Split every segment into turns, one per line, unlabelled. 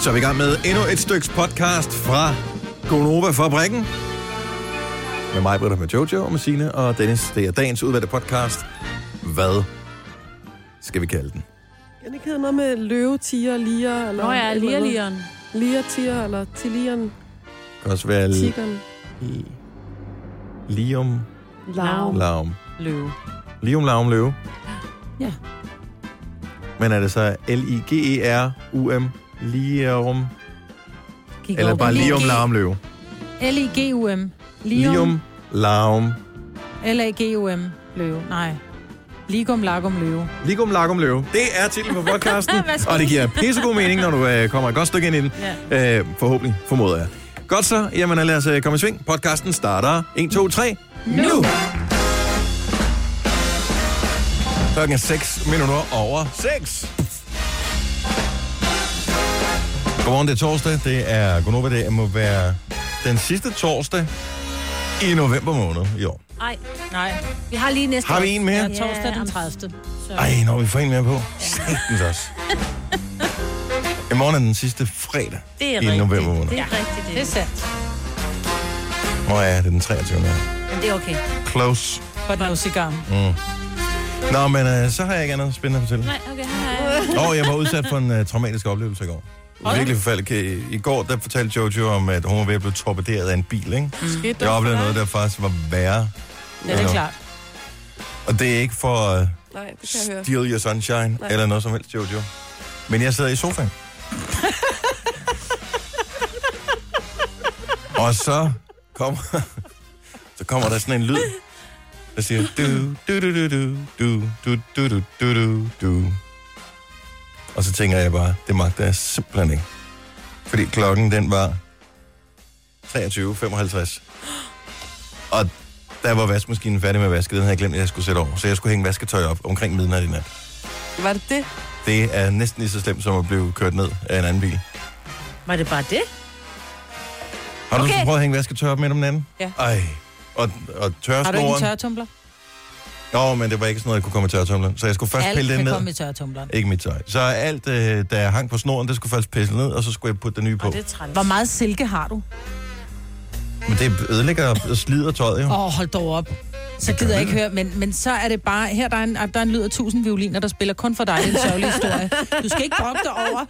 Så er vi i gang med endnu et stykke podcast fra Gonova Fabrikken. Med mig, Britta, med Jojo og med Signe og Dennis. Det er dagens udvalgte podcast. Hvad skal vi kalde den?
Kan det ikke hedde noget med løve, tiger, liger? Eller
Nå ja,
et eller andet?
lirelieren.
Liger, tiger, eller tilieren,
Det kan også være li-
tigeren,
Lium
lav.
Laum.
Løve.
Lium Laum Løve.
Ja.
Men er det så E L-I-G-E-R-U-M? Lium?
Gik
Eller
over på
bare
Lium.
Lium Laum Løve?
L-I-G-U-M. E Lium.
Lium Laum.
L-A-G-U-M. Løve. Nej. Ligum lagum løve.
Ligum Lagum Løve. Det er titlen på podcasten.
Værsgo.
og det giver pissegod mening, når du øh, kommer et godt stykke ind i den. Ja. Øh, forhåbentlig, formoder jeg. Godt så. Jamen, lad os øh, komme i sving. Podcasten starter 1, 2, 3. Nu! nu. Klokken er 6 minutter over 6. Godmorgen, det er torsdag. Det er Gunova, det må være den sidste torsdag i november måned i år.
Nej. Nej. Vi har lige næste
Har vi en mere?
Ja, torsdag den 30. Så.
Ej, når vi får en mere på. Satens også. I morgen er den sidste fredag
Det er
i
rigtigt.
november måned.
Det er rigtigt, det.
Det er sandt.
Nå ja, det er den 23.
Men det er okay.
Close.
But no cigar.
Mm. Nå, men øh, så har jeg ikke andet spændende at fortælle.
Nej, okay, hej.
Åh, jeg var udsat for en øh, traumatisk oplevelse i går. Virkelig forfærdeligt. Kan- I går, der fortalte Jojo om, at hun var ved at blive torpederet af en bil, ikke?
Mm.
Jeg
Skidt
altså.
dog
oplevede
for
noget,
dig.
der faktisk var værre.
Ja, det
Ja.
er klart.
Og det er ikke for uh,
Nej, det kan jeg høre.
Steal Your Sunshine Nej. eller noget som helst, Jojo. Men jeg sidder i sofaen. Og så kommer, så kommer der sådan en lyd, der siger... Du, du, du, du, du, du, du, du, du, du, du, du. Og så tænker jeg bare, det magter jeg simpelthen ikke. Fordi klokken, den var 23.55. Og der var vaskemaskinen færdig med at vaske. Den havde jeg glemt, at jeg skulle sætte over. Så jeg skulle hænge vasketøj op omkring midnat i nat.
Var det det?
Det er næsten lige så slemt som at blive kørt ned af en anden bil.
Var det bare det?
Har du okay.
Okay.
prøvet at hænge vasketøj op midt om natten?
Ja.
Ej. Og, og tørresnoren...
Har du ikke en tørretumbler?
Nå, men det var ikke sådan noget, jeg kunne komme i tørretumbleren. Så jeg skulle først
Alt
pille det
kan
ned.
komme i tørretumbleren.
Ikke mit tøj. Så alt, øh, der hang på snoren, det skulle først pille ned, og så skulle jeg putte det nye på.
Og det
Det...
er træls.
Hvor meget silke har du?
Men det ødelægger og slider tøjet jo.
Åh, oh, hold dog op. Så
Det
gider
gør
jeg ikke høre, men, men så er det bare, her der er, en, der er en lyd af tusind violiner, der spiller kun for dig, det er en sørgelig historie. Du skal ikke brokke dig over,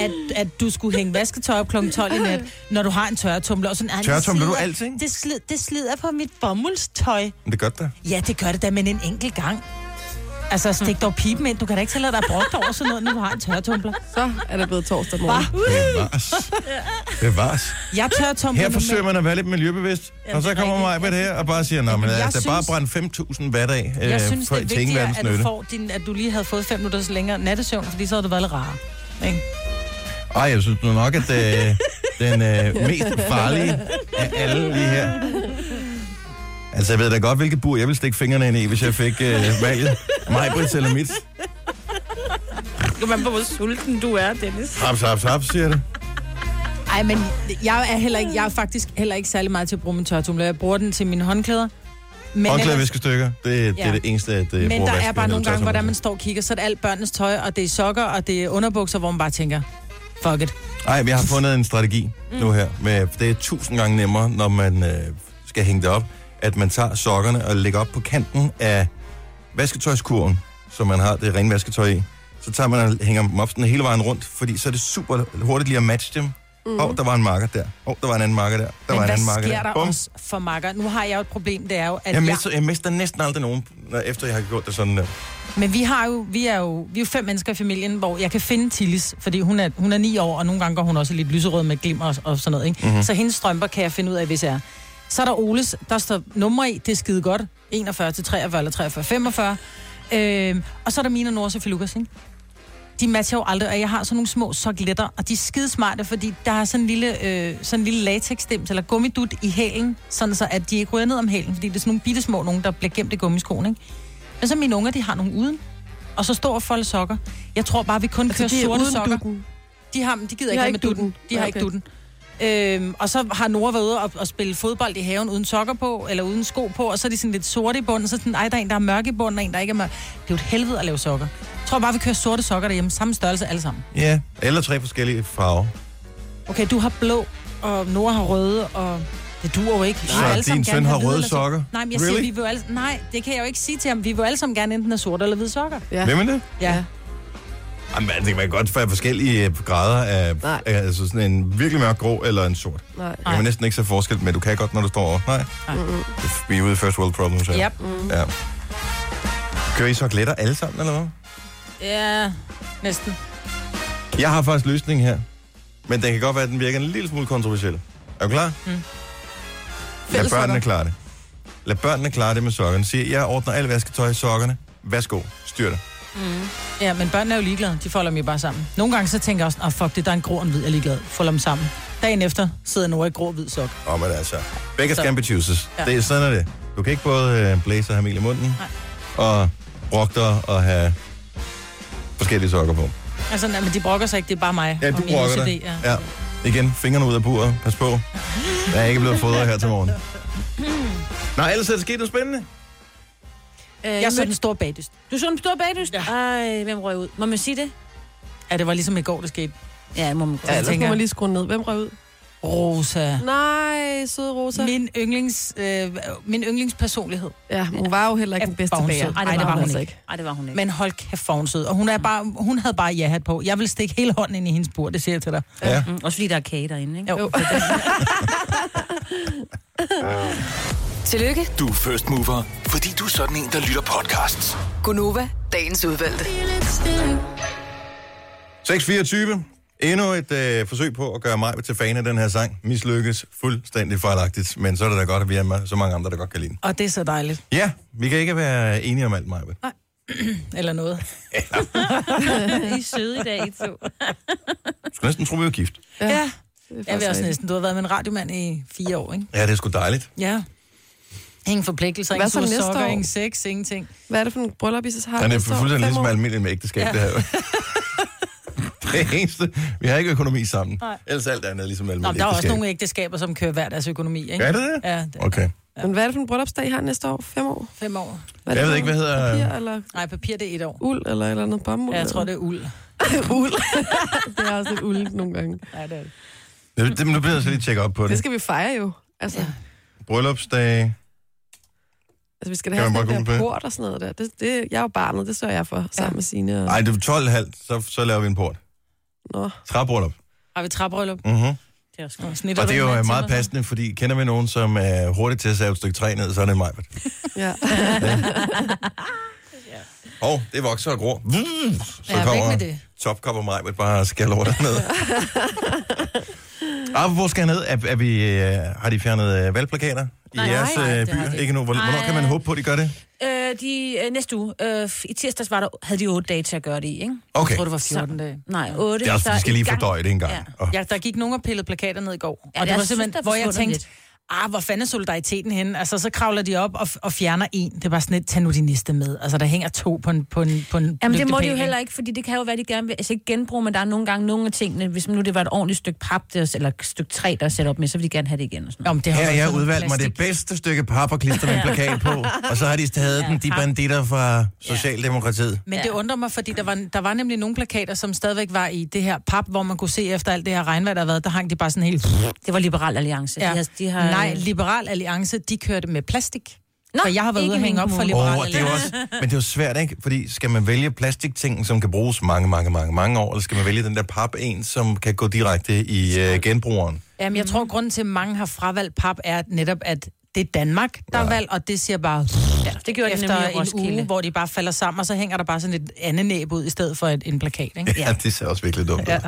at, at du skulle hænge vasketøj op kl. 12 i nat, når du har en tørretumbler. Og sådan, "Ej, det
Tørretumbler du
slider-
alting?
Det, slid, det slider på mit bomuldstøj.
Men det gør det da.
Ja, det gør det da, men en enkelt gang. Altså, stik dog pipen ind. Du kan da ikke tillade dig at brokke dig over sådan noget, når du har en tørretumbler.
Så er det blevet torsdag morgen.
Bevares. Bevares.
Jeg tørretumbler
Her
nu
forsøger
med-
man at være lidt miljøbevidst, og så
det er
kommer mig
rigtigt.
med det her og bare siger, nej, men
Jamen,
lad
jeg
os da bare
synes-
brænde 5.000 hver dag øh,
Jeg synes,
for,
det er
til ingen
vigtigere,
verdens
at du,
nytte.
får din, at du lige havde fået fem minutters længere nattesøvn, fordi så havde det været lidt rarere. Ikke?
Ej, jeg synes nu nok, at øh, den øh, mest farlige af alle lige her. Altså, jeg ved da godt, hvilket bur jeg ville stikke fingrene ind i, hvis jeg fik øh, valget. Mig, Brits eller mit.
Skal man på, hvor sulten du er, Dennis?
Haps, haps, haps, siger det.
Ej, men jeg er, heller ikke, jeg er faktisk heller ikke særlig meget til at bruge min tørretumbler. Jeg bruger den til mine håndklæder. Men,
Håndklæde
ellers-
viskestykker, det, det er
Ja.
det eneste, at øh, jeg
men
bruger
der er
vasken
bare
eller
nogle gange,
tørretumbler
hvordan man
til.
står og kigger, så er det alt børnenes tøj, og det er sokker, og det er underbukser, hvor man bare tænker, fuck it.
Ej, men jeg har fundet en strategi mm. nu her. Med, det er tusind gange nemmere, når man øh, skal hænge det op, at man tager sokkerne og lægger op på kanten af vasketøjskurven, som man har det rene vasketøj i. Så tager man og hænger dem op sådan hele vejen rundt, fordi så er det super hurtigt lige at matche dem. Mm. Og der var en marker der. Og der var en anden marker der. Der var
men
en
hvad
anden marker
sker der
Bum.
også for makker? Nu har jeg jo et problem, det er jo, at
Jeg
jeg,
mister, jeg mister næsten aldrig nogen, når, efter jeg har gjort det sådan der.
Men vi har jo, vi er jo, vi er jo fem mennesker i familien, hvor jeg kan finde Tillis, fordi hun er, hun er ni år, og nogle gange går hun også i lidt lyserød med glimmer og, og sådan noget, ikke?
Mhm.
Mm-hmm. Så hendes strømper kan jeg finde ud af, hvis jeg er. Så er der Oles, der står numre i, det er skide godt, 41 til 43 eller 43, 45. Øhm, og så er der mine og Nora Sophie Lukas, ikke? De matcher jo aldrig, og jeg har sådan nogle små sokletter, og de er skide smarte, fordi der er sådan en lille, øh, sådan en lille latexstemt eller gummidut i hælen, sådan så at de ikke ryger ned om hælen, fordi det er sådan nogle bitte små nogen, der bliver gemt i gummiskoen, ikke? Men så mine unger, de har nogle uden. Og så står og folde sokker. Jeg tror bare, vi kun altså, kører
de er
sorte
uden
sokker.
dutten.
De, har, dem, de gider
De
ikke
har
have med
ikke
dutten.
dutten.
De har
Ja,
ikke
okay.
dutten. Øhm, og så har Nora været ude og, og spille fodbold i haven uden sokker på, eller uden sko på, og så er de sådan lidt sorte i bunden, så er sådan, ej, der er en, der er mørk i bunden, og en, der ikke er mørk. Det er jo et helvede at lave sokker. Jeg tror bare, vi kører sorte sokker derhjemme, samme størrelse alle sammen.
Ja, eller tre forskellige farver.
Okay, du har blå, og Nora har røde, og det duer jo ikke. Vi vil alle
Så
sammen
din
gerne
søn
have
har
hvide
røde
eller sorte.
sokker?
Nej, men jeg really?
really?
siger, vi vil jo alle... Nej, det kan jeg jo ikke sige til ham. Vi vil jo alle sammen gerne enten have sorte eller hvide sokker.
Ja.
Hvem er det?
Ja.
Jamen, altså, det kan man godt være forskellige øh, grader af,
Nej.
af altså sådan en virkelig mørk grå eller en sort.
Nej.
Altså,
Jeg kan næsten ikke se forskel, men du kan godt, når du står over. Nej.
Nej.
Det- Vi er ude i first world problems her.
Yep.
Ja. Kører I så glitter alle sammen, eller hvad?
Ja, næsten.
Jeg har faktisk løsning her. Men det kan godt være, at den virker en lille smule kontroversiel. Er du klar? Mm. Lad børnene klare det. Lad børnene klare det med sokkerne. Sig, jeg ordner alt vasketøj i sokkerne. Værsgo, styr det.
Ja, men børnene er jo ligeglade. De folder dem jo bare sammen. Nogle gange så tænker jeg også, at oh, fuck det, der er en grå og en hvid, jeg er ligeglad. Folder dem sammen. Dagen efter sidder Nora i grå og hvid sok.
Åh, men altså. Beggars
Så-
can be choosers.
Ja.
Det er sådan er det. Du kan ikke både øh, blæse og have mel i munden, og brokke dig og have forskellige sokker på.
Altså, nej, men de brokker sig ikke, det er bare mig.
Ja,
og
du
min
brokker
OCD,
dig.
Ja.
Ja. Igen, fingrene ud af buret. Pas på. Jeg er ikke blevet fodret her til morgen. Nej, ellers er der sket noget spændende.
Øh,
Jeg så den store bagdyst.
Du så en stor bagdyst? Ja. Ej, hvem røg ud? Må man sige det?
Ja, det var ligesom i går, det skete.
Ja, det må man godt.
Ja,
eller-
Ja,
ellers må
tænker-
man lige skrue ned. Hvem røg ud?
Rosa.
Nej, søde Rosa.
Min, yndlings, øh, min yndlingspersonlighed.
Ja, hun var jo heller ikke den bedste
Var hun
bager.
sød?
Ej, det var hun ikke. Ej, det var hun ikke.
Men hold kæft, for hun sød. Og hun, er bare, hun havde bare ja-hat på. Jeg vil stikke hele hånden ind i hendes bur, det siger jeg til dig.
Ja.
Mm, også fordi der er kage derinde, ikke?
Jo. jo.
Tillykke,
Du er first mover, fordi du er sådan en, der lytter podcasts.
Gunova, dagens udvalgte.
624. Endnu et øh, forsøg på at gøre mig til fan af den her sang. Mislykkes fuldstændig fejlagtigt, men så er det da godt, at vi er med så mange andre, der godt kan lide den.
Og det er så dejligt.
Ja, vi kan ikke være enige om alt, Maja.
Eller noget.
I er søde i dag, I to.
Skulle næsten tro, vi var gift.
Ja. ja. Jeg vil også
rigtigt.
næsten. Du har været med en radiomand i fire år, ikke?
Ja, det er sgu dejligt.
Ja. Ingen forpligtelser,
Hvad
ingen
så
sure
næste
sokker,
år?
ingen sex, ingenting.
Hvad er det for en bryllup, I så har?
Ja, det er
næste år?
fuldstændig
Fem
ligesom
år?
almindeligt med ægteskab, ja. det her. jo. det eneste. Vi har ikke økonomi sammen. Nej. Ellers alt andet er ligesom
Nå, men
almindeligt
der er også
ægteskab.
nogle ægteskaber, som kører hver deres økonomi, ikke?
Er det det?
Ja, det er
Okay.
Men hvad er det for en bryllupsdag, I har næste år? Fem år?
fem år.
Hvad er
Jeg
det
ved
for
ikke, hvad
noget?
hedder-
Papir eller
Nej, papir det er et år.
uld eller et eller andet bomuld?
Ja, jeg tror, det er uld.
er uld. det er også lidt uld nogle gange.
Ja, det er det.
Det, det, nu bliver jeg så lige tjekke op på
Det
det.
skal vi fejre jo. Altså, ja.
Bryllupsdag.
altså vi skal da
Kan
have
man
sådan
bare
den
google
der
det?
port og sådan noget der. Det, det, jeg er jo barnet, det sørger jeg for, sammen med Signe. Og...
Ej, det er 12.30, så, så laver vi en port.
Nå.
Træbryllup.
Har vi trapbrøllup?
Mm-hmm.
Det er også
Og
godt.
snitter
Og det er
du
jo
en mand
øh,
til
meget
mig så?
passende, fordi kender vi nogen, som er hurtigt til at save et stykke træ ned, så er det mig.
Ja.
Og det vokser og gror. Vuh! Så
Ja, væk med
kommer
det.
topkop og mig, bare skal over dernede. Ah, hvor skal han ned? Er, er vi, øh, har de fjernet øh, valgplakater i
Nej,
jeres
nej,
øh,
det har
byer?
de.
Ikke nu. Hvor, hvornår kan man håbe på, at de gør det?
Øh, de, øh, næste uge, øh, i tirsdags var der, havde de 8 dage til at gøre det i, ikke?
Okay.
Jeg tror, det var 14 dage.
Nej, 8.
Det er også, vi skal lige fordøje det en gang.
Ja.
Og,
Ja, der gik nogen og pillede plakater ned i går.
Ja,
Ja, og det
det er-
var
jeg synes, der
simpelthen,
er
hvor jeg
forsvundet
tænkte, ah, hvor fanden er solidariteten henne? Altså, så kravler de op og, og fjerner en. Det var sådan lidt, tag nu de næste med. Altså, der hænger to på en, på en, på en
Jamen det må
lygtepæl,
de jo
ikke?
heller ikke, fordi det kan jo være, de gerne vil altså ikke genbruge, men der er nogle gange nogle af tingene, hvis nu det var et ordentligt stykke pap, der, eller et stykke træ, der er sat op med, så vil de gerne have det igen og sådan
Nå,
noget.
men det har
her har jeg
jo været sådan
udvalgt mig det
plastik.
bedste stykke pap og klister med en plakat på. Og så har de taget den, de banditter fra Socialdemokratiet.
Men det undrer mig, fordi der var, der var nemlig nogle plakater, som stadigvæk var i det her pap, hvor man kunne se efter alt det her regnvejr, der har været, der hang de bare sådan helt...
Det var Liberal Alliance.
Ja.
De har, de har,
Nej, Liberal Alliance, de kørte med plastik.
Nå,
for jeg har været
ikke
ude og hænge
min
op for
kommune.
Liberal
Åh, oh, det er jo
Alliance.
også, men det er jo svært, ikke? Fordi skal man vælge plastiktingen, som kan bruges mange, mange, mange, mange år, eller skal man vælge den der pap en, som kan gå direkte i øh, genbrugeren?
Jamen, jeg tror, at grunden til, at mange har fravalgt pap, er at netop, at det er Danmark, der er valgt, og det siger bare... Ja,
det gjorde de
efter
nemlig i
en
Roskilde.
uge, hvor de bare falder sammen, og så hænger der bare sådan et andet næb ud, i stedet for et, en plakat, ikke?
Ja, det ser også virkelig dumt ud. Ja.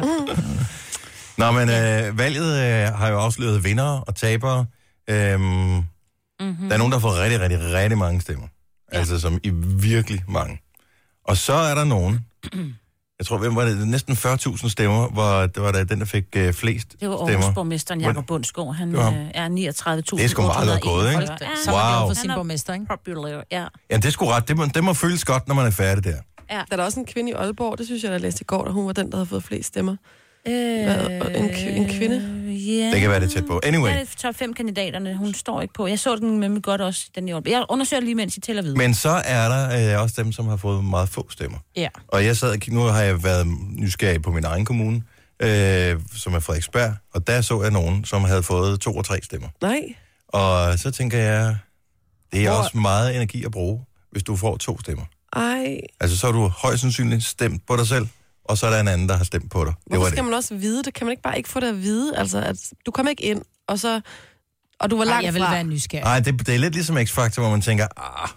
Nå, men øh, valget øh, har jo afsløret vinder og tabere. Øhm, mm-hmm. Der er nogen, der har fået rigtig, rigtig, rigtig mange stemmer. Ja. Altså som i virkelig mange. Og så er der nogen, jeg tror, hvem var det? Næsten 40.000 stemmer, var, det var da den, der fik øh, flest
Det var
stemmer.
Aarhusborgmesteren
Hvordan-
Jakob Bundsgaard. Han
Det var ham.
øh, er 39.000.
Det er sgu meget godt gået, ikke?
Ja,
Så er man glad
Wow.
for sin borgmester, ikke?
populær. Ja,
Ja, det er sgu ret. Det må, det må føles godt, når man er færdig der.
ja.
Der er da også en kvinde i Aalborg, det synes jeg, der læste i går, og hun var den, der havde fået flest stemmer. Hvad, og en, kv- en kvinde?
Yeah.
Det kan være det er tæt på. Anyway,
Hvad er Øh, det top 5 kandidaterne? Hun står ikke på. Jeg så den nemlig godt også, den i år. Jeg undersøger lige, mens I tæller videre.
men så er der øh, også dem, som har fået meget få stemmer.
Ja.
Og jeg sad og kiggede, nu har jeg været nysgerrig på min egen kommune. øh, som er Frederiksberg, og der så jeg nogen, som havde fået to og tre stemmer.
Nej.
Og så tænker jeg, det er
Hvor-
også meget energi at bruge, hvis du får to stemmer.
Ej.
Altså, så har du højst sandsynligt stemt på dig selv, og så er der en anden, der har stemt på dig. det
Hvorfor
var
skal
det.
man også vide det? Kan man ikke bare ikke få det at vide? Altså, at du kom ikke ind, og så... Og du var
Ej,
langt
jeg vil
fra.
være nysgerrig.
Nej, det, det er lidt ligesom X-Factor, hvor man tænker, ah,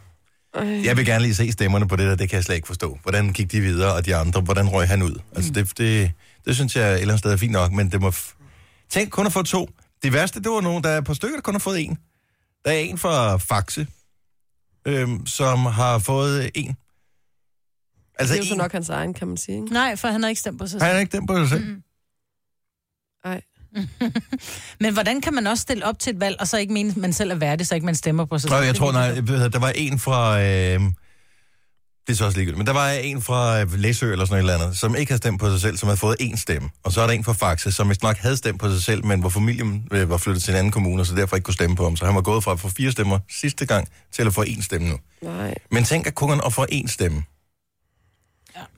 jeg vil gerne lige se stemmerne på det der, det kan jeg slet ikke forstå. Hvordan gik de videre, og de andre, hvordan røg han ud? Altså, det, det, det synes jeg et eller andet sted er fint nok, men det må... F- Tænk kun at få to. Det værste, det var nogen, der er på stykker, der kun har fået en. Der er en fra Faxe, øhm, som har fået en. Altså
Det er jo så
en.
nok hans egen, kan man sige. Ikke?
Nej, for han havde ikke stemt på sig
Har
selv.
han ikke den på sig selv?
Ej.
Men hvordan kan man også stille op til et valg, og så ikke mene, at man selv er værdig, så ikke man stemmer på sig
Nå,
selv?
jeg
Det
tror,
kan
nej,
ikke-
jeg ved, der var en fra... Øh, det er så også ligegyldigt, men der var en fra øh, Læsø eller sådan et eller andet, som ikke havde stemt på sig selv, som havde fået én stemme. Og så er der en fra Faxe, som vist nok havde stemt på sig selv, men hvor familien øh, var flyttet til en anden kommune, og så derfor ikke kunne stemme på ham. Så han var gået fra at få fire stemmer sidste gang til at få én stemme nu.
Mm.
Nej.
Men tænk at kun at få én stemme.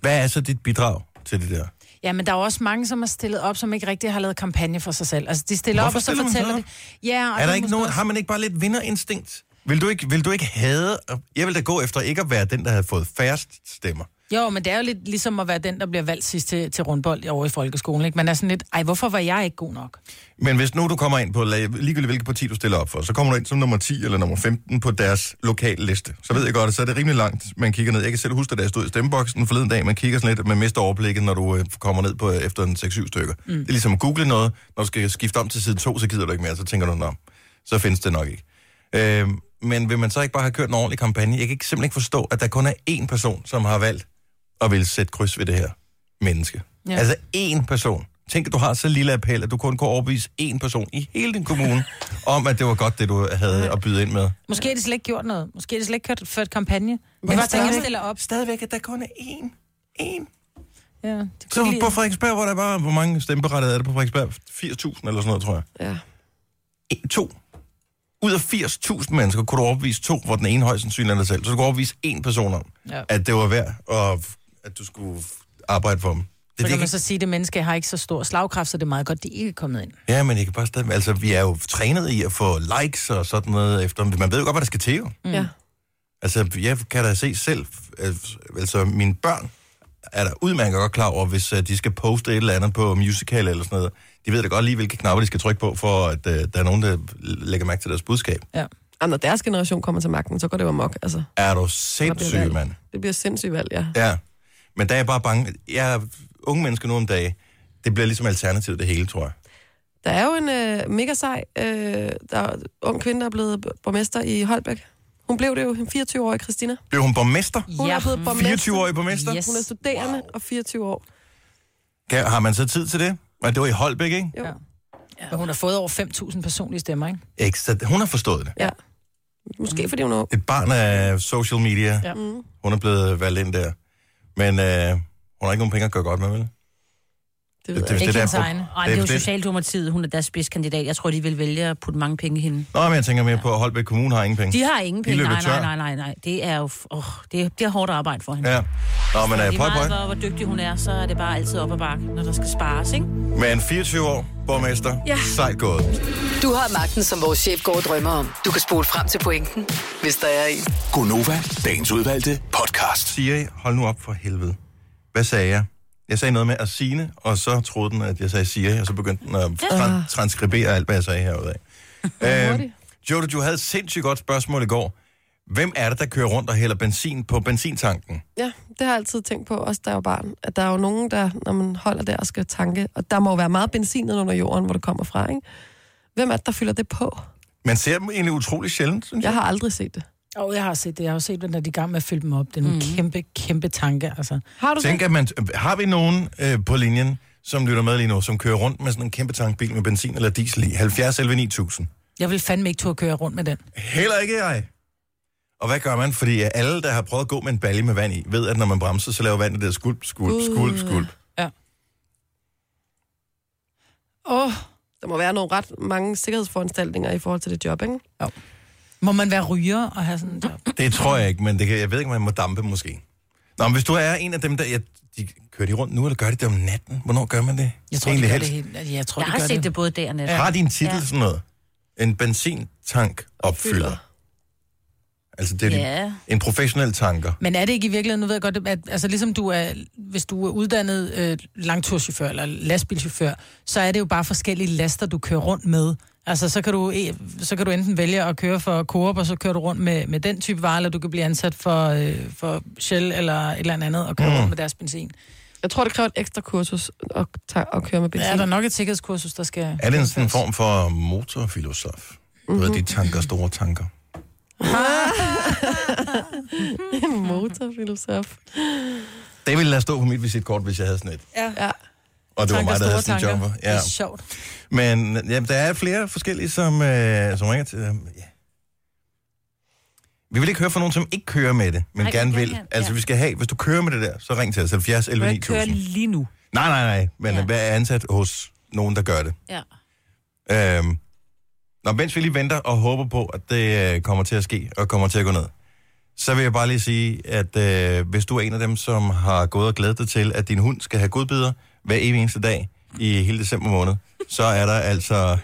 Hvad er så dit bidrag til det der?
Ja, men der er jo også mange, som har stillet op, som ikke rigtig har lavet kampagne for sig selv. Altså, de stiller
Hvorfor
op, og så
stiller man
fortæller
sig
de... Ja, og
Er der
det
ikke
måske
nogen,
også-
har man ikke bare lidt vinderinstinkt? Vil du ikke, vil du ikke have... Jeg vil da gå efter ikke at være den, der havde fået færrest stemmer.
Jo, men det er jo lidt ligesom at være den, der bliver valgt sidst til, til rundbold over i folkeskolen. Ikke? Man er sådan lidt, ej, hvorfor var jeg ikke god nok?
Men hvis nu du kommer ind på, la- ligegyldigt hvilket parti du stiller op for, så kommer du ind som nummer 10 eller nummer 15 på deres lokale liste. Så ved jeg godt, at så er det rimelig langt, man kigger ned. Jeg kan selv huske, da jeg stod i stemmeboksen forleden dag, man kigger sådan lidt, at man mister overblikket, når du øh, kommer ned på øh, efter en 6-7 stykker. Mm. Det er ligesom at google noget. Når du skal skifte om til side 2, så gider du ikke mere, så tænker du, nå, så findes det nok ikke. Øh, men vil man så ikke bare have kørt en ordentlig kampagne? Jeg kan ikke, simpelthen ikke forstå, at der kun er én person, som har valgt at vil sætte kryds ved det her menneske. Ja.
Ja.
Altså én person. Tænk, at du har så lille appel, at du kun kunne overbevise én person i hele din kommune, om at det var godt, det du havde at byde ind med.
Måske har de slet ikke gjort noget. Måske har de slet ikke kørt, ført kampagne. Men
Men
bare tænker, jeg
stadigvæk-
stiller op.
Stadigvæk, at der kun er én. En.
Ja, de kunne
Så
lige-
på Frederiksberg, hvor der bare, hvor mange stemmeberettigede er det på Frederiksberg? 80.000 eller sådan noget, tror jeg.
Ja.
En, to. Ud af 80.000 mennesker kunne du overbevise to, hvor den ene højst sandsynligt er dig selv. Så du kunne overbevise én person om,
Ja.
at det var værd, og at du skulle arbejde for dem.
Så
Det,
kan
det,
man så sige, at det menneske har ikke så stor slagkraft, så det er meget godt, de ikke er kommet ind.
Ja, men jeg kan bare stadig... Altså, vi er jo trænet i at få likes og sådan noget efter... Man ved jo godt, hvad der skal til, jo.
Mm. ja.
Altså, jeg kan da se selv... Altså, mine børn er der udmærket godt klar over, hvis øh, de skal poste et eller andet på musical eller sådan noget. De ved da godt lige, hvilke knapper de skal trykke på, for at øh, der er nogen, der lægger mærke til deres budskab.
Ja.
Og når deres generation kommer til magten, så går det jo amok. Altså,
Er du
Der bliver
sindssyg,
valg.
mand?
det bliver sindssygt valg, ja.
Ja. Men der er jeg bare bange... Jeg er unge mennesker nu om dagen. Det bliver ligesom alternativet det hele, tror jeg.
Der er jo en øh, mega sej, øh, der er en ung kvinde, der er blevet borgmester i Holbæk. Hun blev det jo, en 24-årig Christina.
Blev hun borgmester?
Hun
Ja.
er blevet borgmester.
24-årig borgmester?
Yes.
Hun er studerende og 24 år.
Kan, har man så tid til det? Og det var i Holbæk, ikke?
Jo. Ja.
Ja. Men hun har fået over 5.000 personlige stemmer, ikke?
Ikke? Så hun har forstået det.
ja. Måske fordi hun er ung.
Et barn af social media.
Ja.
Mm.
Hun er blevet valgt ind der. Men øh, hun har ikke nogen penge at gøre godt med, vel?
Det ved
Det- det
jeg ikke.
Ikke
der
hendes
er pro-
egne.
Ej,
Det
det
er
er jo
for det.
Socialdemokratiet. Hun er deres spidskandidat. Jeg tror, de vil vælge at putte mange penge i hende.
Nå, men jeg tænker mere på, at Holbæk Kommune har ingen penge.
De har ingen penge.
løber
Nej, nej,
tør.
nej, nej, nej. Det er jo... f- Åh, det, er, det er hårdt arbejde for hende.
Ja. Nå, men øh,
Lige
prøv,
meget
prøv.
hvor, hvor dygtig hun er, så er det bare altid op ad bakke, når der skal spares, ikke?
Men 24 år, borgmester. Ja. Sejt gået.
Du har magten, som vores chef går og drømmer om. Du kan spole frem til pointen, hvis der er en.
Gonova, dagens udvalgte podcast.
Siri, hold nu op for helvede. Hvad sagde jeg? Jeg sagde noget med at sine, og så troede den, at jeg sagde Siri, og så begyndte den at tran- transkribere alt, hvad jeg sagde herude af. øh, Jodo, du havde et sindssygt godt spørgsmål i går. Hvem er det, der kører rundt og hælder benzin på benzintanken?
Ja, det har jeg altid tænkt på, også da jeg var barn. At der er jo nogen, der, når man holder der og skal tanke, og der må jo være meget benzin nede under jorden, hvor det kommer fra, ikke? Hvem er det, der fylder det på?
Man ser dem egentlig utrolig sjældent, synes jeg.
Jeg har aldrig set det.
Og jeg har set det. Jeg har jo set, når de er i gang med at fylde dem op. Det er en mm. kæmpe, kæmpe tanke, altså.
Har du
Tænk,
det?
at man, har vi nogen øh, på linjen, som lytter med lige nu, som kører rundt med sådan en kæmpe tankbil med benzin eller diesel i? 70 11 9000.
Jeg vil fandme ikke turde køre rundt med den.
Heller ikke jeg. Og hvad gør man? Fordi øh, alle, der har prøvet at gå med en balje med vand i, ved, at når man bremser, så laver vandet det der skulp, skulp, skulp, skulp.
Åh, oh,
Der må være nogle ret mange sikkerhedsforanstaltninger i forhold til det job, ikke?
må man være ryger og have sådan en job?
Det tror jeg ikke, men det kan, jeg ved ikke, om man må dampe måske. Nå, men hvis du er en af dem, der... Ja, de, kører de rundt nu, eller gør de det om natten? Hvornår gør man det?
Jeg tror,
Egentlig
de gør
helst.
det helt. Jeg tror,
Jeg
de
har
gør
set det. både der og net.
Har de en titel
Ja.
sådan noget? En benzintank opfylder. Altså, det er yeah.
Ja.
en professionel tanker.
Men er det ikke i virkeligheden, nu ved jeg godt, at altså, ligesom du er, hvis du er uddannet øh, langturschauffør eller lastbilchauffør, så er det jo bare forskellige laster, du kører rundt med. Altså, så kan, du, eh, så kan du enten vælge at køre for Coop, og så kører du rundt med, med den type varer, eller du kan blive ansat for, øh, for Shell eller et eller andet, og køre mm. rundt med deres benzin.
Jeg tror, det kræver et ekstra kursus at, tage, at køre med benzin.
Er der nok et sikkerhedskursus, der skal...
Er det en sådan form for motorfilosof? Mm-hmm. Du ved, de tanker, store tanker.
Ah,
en motorfilosof?
Det ville lade stå på mit visitkort, hvis jeg havde sådan et.
Ja.
Og det var
Tanker,
mig, der havde
store
sådan en jumper.
tanker. Det
Ja.
er sjovt.
Men ja, der er flere forskellige, som, øh, som ringer til... Øh, ja. Vi vil ikke høre fra nogen, som ikke kører med det, men
Nej,
Nej,
vi
gerne
vil
vil.
gerne,
Altså,
ja.
vi skal have... Hvis du kører med det der, så ring til os. 70 11
Jeg kører
9000.
lige nu.
Nej, nej, nej. Men ja.
Ja.
hvad er ansat hos nogen, der gør det?
Ja.
Øhm, når mens vi lige venter og håber på, at det øh, kommer til at ske og kommer til at gå ned, så vil jeg bare lige sige, at øh, hvis du er en af dem, som har gået og glædet dig til, at din hund skal have godbidder hver evig eneste dag i hele december måned, så er der altså...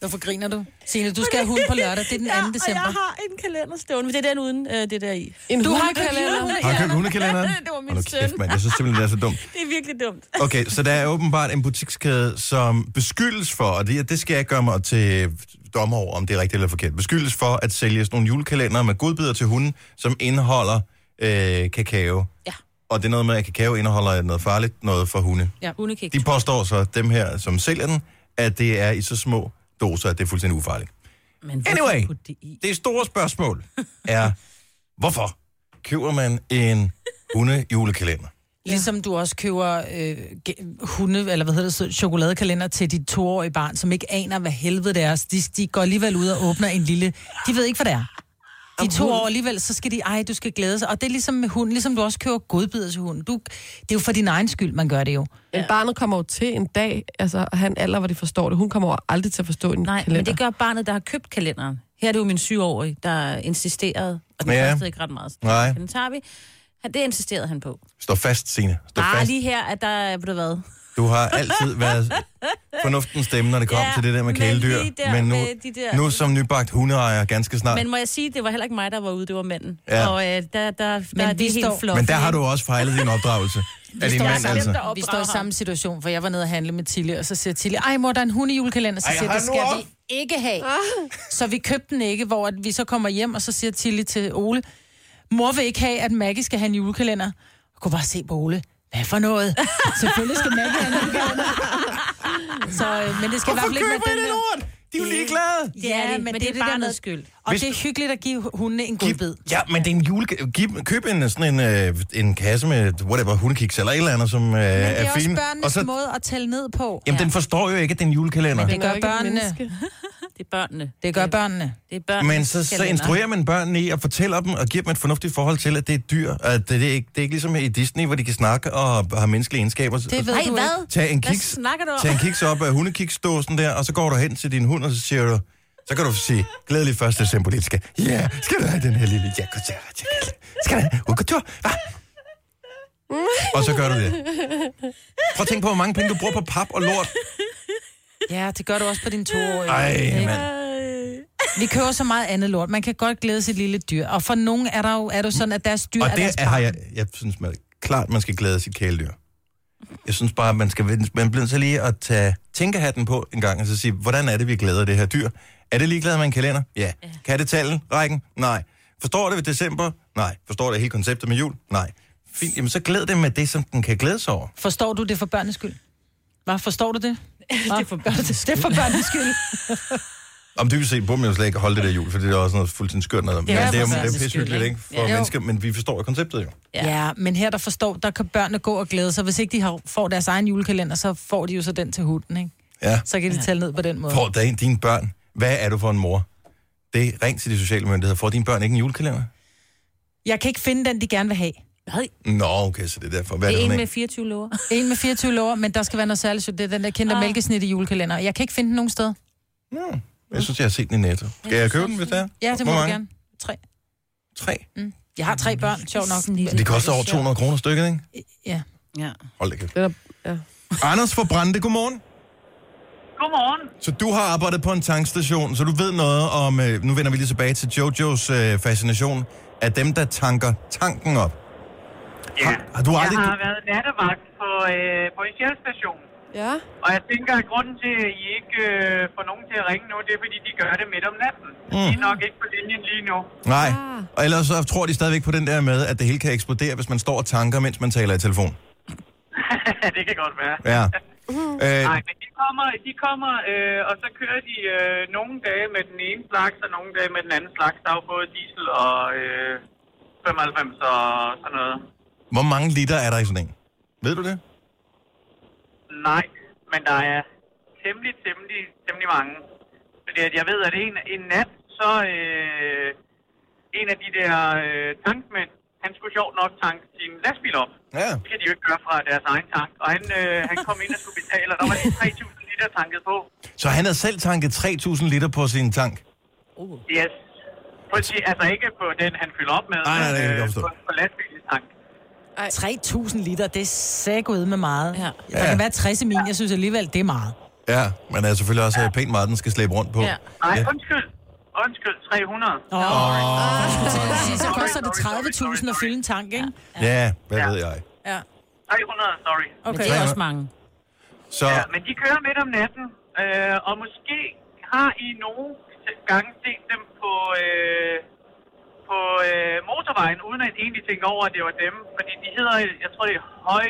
Hvorfor griner du? Signe, du skal have hund på lørdag. Det er den 2.
Ja, og
december.
jeg har en kalender stående, men det er den uden øh, det der i.
En
Du har
hundekalender.
Har du købt hundekalenderen?
Det var min
Hold nu kæft,
søn.
mand. Jeg synes simpelthen, det er så dumt.
Det er virkelig dumt.
Okay, så der er åbenbart en butikskæde, som beskyldes for, og det, det skal jeg ikke gøre mig til dommer over, om det er rigtigt eller forkert, beskyldes for at sælge sådan nogle julekalender med godbidder til hunden, som indeholder øh, kakao.
Ja.
Og det er noget med, at kakao indeholder noget farligt, noget for hunde.
Ja, hundekik.
De påstår så, dem her, som sælger den, at det er i så små doser, at det er fuldstændig ufarligt.
Men hvorfor
Anyway.
putte det i?
Det store spørgsmål er, hvorfor køber man en hundejulekalender?
Ligesom du også køber øh, ge- hunde, eller hvad hedder det, så- chokoladekalender til dit toårige barn, som ikke aner, hvad helvede det er. De, de går alligevel ud og åbner en lille... De ved ikke, hvad det er. De to år alligevel, så skal de, ej, du skal glæde sig. Og det er ligesom med hunden, ligesom du også køber godbidder til hunden. Du, det er jo for din egen skyld, man gør det jo.
Men barnet kommer jo til en dag, altså han alder, hvor de forstår det. Hun kommer jo aldrig til at forstå en
Nej,
kalender.
men det gør barnet, der har købt kalenderen. Her er det jo min syvårige, der insisterede, og det
Ja.
ja. kostede ikke ret meget.
Nej.
Den tager vi. Han, det insisterede han på.
Stå fast, Signe. Stå
Bare
fast.
lige her, at der er, ved du hvad?
Du har altid været fornuftens stemme, når det kom ja,
Ja,
til det der med
men
kæledyr.
lige der
men nu,
med de der-
nu som nybagt hundeejer ganske snart.
Men
Men,
må jeg sige, det var heller ikke mig, der var ude, det var manden.
Ja.
Og øh, der, der, der, er
vi
det
står-
helt flot.
men der har du også fejlet din opdragelse. Er din
står
mand
altså-
altså?
Dem, der
Vi står i
opdrager
samme situation, for jeg var nede og handle med Tilly, og så siger Tilly, ej mor, der er en hund i julekalender. Så
Ej,
siger jeg,
hold
det
nu
skal
op."
vi ikke have. Så vi købte den ikke, hvor at vi så kommer hjem, og så siger Tilly til Ole, mor vil ikke have, at Maggie skal have en julekalender. Jeg kunne bare se på Ole, hvad for noget? Selvfølgelig skal Maggie have en julekalender. Så, øh, men det skal i hvert fald ikke være den der.
De er jo ligeglade.
Ja,
Ja, men, men det, er det der med
barnets skyld.
Og
Hvis-
det er hyggeligt at give hundene en god bid.
Giv, ja, men det er en jule... Giv, køb en, sådan en, øh, en kasse med whatever, hundekiks eller et eller andet, som øh, er,
Men det er også
fint.
børnenes
Og så,
måde at tælle ned på.
jamen, den forstår jo ikke, at det er en julekalender.
det
Den er
gør
jo ikke et
børnene.
menneske.
Det er børnene.
Det gør børnene.
Det er børnene.
Men så, så instruerer man børnene i at fortælle dem og giver dem et fornuftigt forhold til, at det er et dyr. At det, det, er ikke, det er ikke ligesom i Disney, hvor de kan snakke og har menneskelige egenskaber.
Det ved
Nej,
du
hvad?
ikke.
Tag en
Hvad
kiks,
snakker du om?
tag en kiks op af hundekiksdåsen der, og så går du hen til din hund, og så siger du, så kan du sige, glædelig 1. december, det skal. Ja, yeah, skal du have den her lille jakotera? Skal du have ukatur? Hva? Og så gør du det. Prøv at tænke på, hvor mange penge du bruger på pap og lort.
Ja, det gør du også på din toårige.
Ej, mand.
Vi kører så meget andet lort. Man kan godt glæde sit lille dyr. Og for nogen er der jo, er det jo sådan, at deres dyr
Og
er
det
deres
er, har jeg, jeg synes man, klart, man skal glæde sit kæledyr. Jeg synes bare, man skal vende- man bliver nødt til lige at tage tænkehatten på en gang, og så sige, hvordan er det, vi glæder det her dyr? Er det ligeglad med en kalender? Ja. Kan det tale rækken? Nej. Forstår det ved december? Nej. Forstår det hele konceptet med jul? Nej. Fint. Jamen, så glæd det med det, som den kan glæde sig over.
Forstår du det for børnenes skyld? Hvad forstår du det?
Det er for børnene.
Det er for børnenes skyld.
Om det vil se, burde man jo slet ikke holde det der jul, for det er også noget fuldstændig skørt noget. Men det er,
for
det er, jo-
børnenes
det er
skyld,
pissehyggeligt, ikke?
ikke?
For
Ja.
mennesker, men vi forstår jo konceptet jo.
Ja.
Ja, men her der forstår, der kan børnene gå og glæde sig. Hvis ikke de har, får deres egen julekalender, så får de jo så den til hunden, ikke?
Ja.
Så kan de tælle ned på den måde.
Får din, dine børn, hvad er du for en mor? Det ring til de sociale myndigheder. Får dine børn ikke en julekalender?
Jeg kan ikke finde den, de gerne vil have.
Nej,
Nå, okay, så det er derfor. Hvad er
det
det,
er
hun ikke?
en med 24 lover.
En med 24 lover, men der skal være noget særligt. sødt. Det er den der kinder
Ah.
mælkesnit i julekalender. Jeg kan ikke finde den nogen sted.
Nå, jeg synes, jeg har set den i Netto. Skal jeg købe den, hvis det er?
Ja, det
Hvor
må du
mange?
gerne. Tre.
Tre? Mm.
Jeg har tre børn, sjov nok.
Snittet.
Det koster over 200 kroner stykket, ikke?
Ja.
Ja.
Hold da kæft.
Det er, der- ja.
Anders fra Brande, godmorgen.
Godmorgen.
Så du har arbejdet på en tankstation, så du ved noget om, øh, nu vender vi lige tilbage til Jojos øh, fascination, af dem, der tanker tanken op.
Ja.
Har- har du aldrig-
Jeg har været nattevagt på, øh, på en station.
ja.
Og jeg tænker, at grunden til, at I ikke øh, får nogen til at ringe nu, det er, fordi de gør det midt om natten. Mm. De er nok ikke på linjen lige nu.
Nej,
Ah.
og ellers så tror de stadigvæk på den der med, at det hele kan eksplodere, hvis man står og tanker, mens man taler i telefon.
det kan godt være.
Ja. Øh,
Nej, men de kommer, de kommer øh, og så kører de øh, nogle dage med den ene slags, og nogle dage med den anden slags. Der er jo både diesel og øh, 95 og sådan noget.
hvor mange liter er der i sådan en? Ved du det?
Nej, men der er temmelig, temmelig, temmelig mange. Fordi at jeg ved, at en, en nat, så øh, en af de der øh, tankmænd, han skulle sjovt nok tanke sin lastbil op.
Ja.
Det kan de jo ikke gøre fra deres egen tank. Og han, øh, han kom ind og skulle betale, og der var lige 3.000 liter tanket på.
Så han havde selv tanket 3.000 liter på sin tank.
Yes. På, si- altså ikke på den, han fylder op med, øh,
Nej, nej, det kan jeg godt forstå.
på, på lastbilens tank.
3.000 liter, det er sæk ud med meget.
Ja.
Der
Ja.
kan være 60 i min, jeg synes alligevel, det er meget.
Ja, men er selvfølgelig også øh, pænt meget, den skal slæbe rundt på.
Ja.
Nej,
Ja.
undskyld. Undskyld, 300.
Åh, oh. så koster det 30.000 at fylde en tank, ikke?
Ja, hvad
Ja.
ved jeg.
Ja.
300, sorry.
Men
Okay.
det er også mange.
Så,
Ja, men de kører midt om natten, øh, og måske har I nogle gange set dem på, øh, på øh, motorvejen, uden at egentlig tænke over, at det var dem. Fordi de hedder, jeg tror det er høj,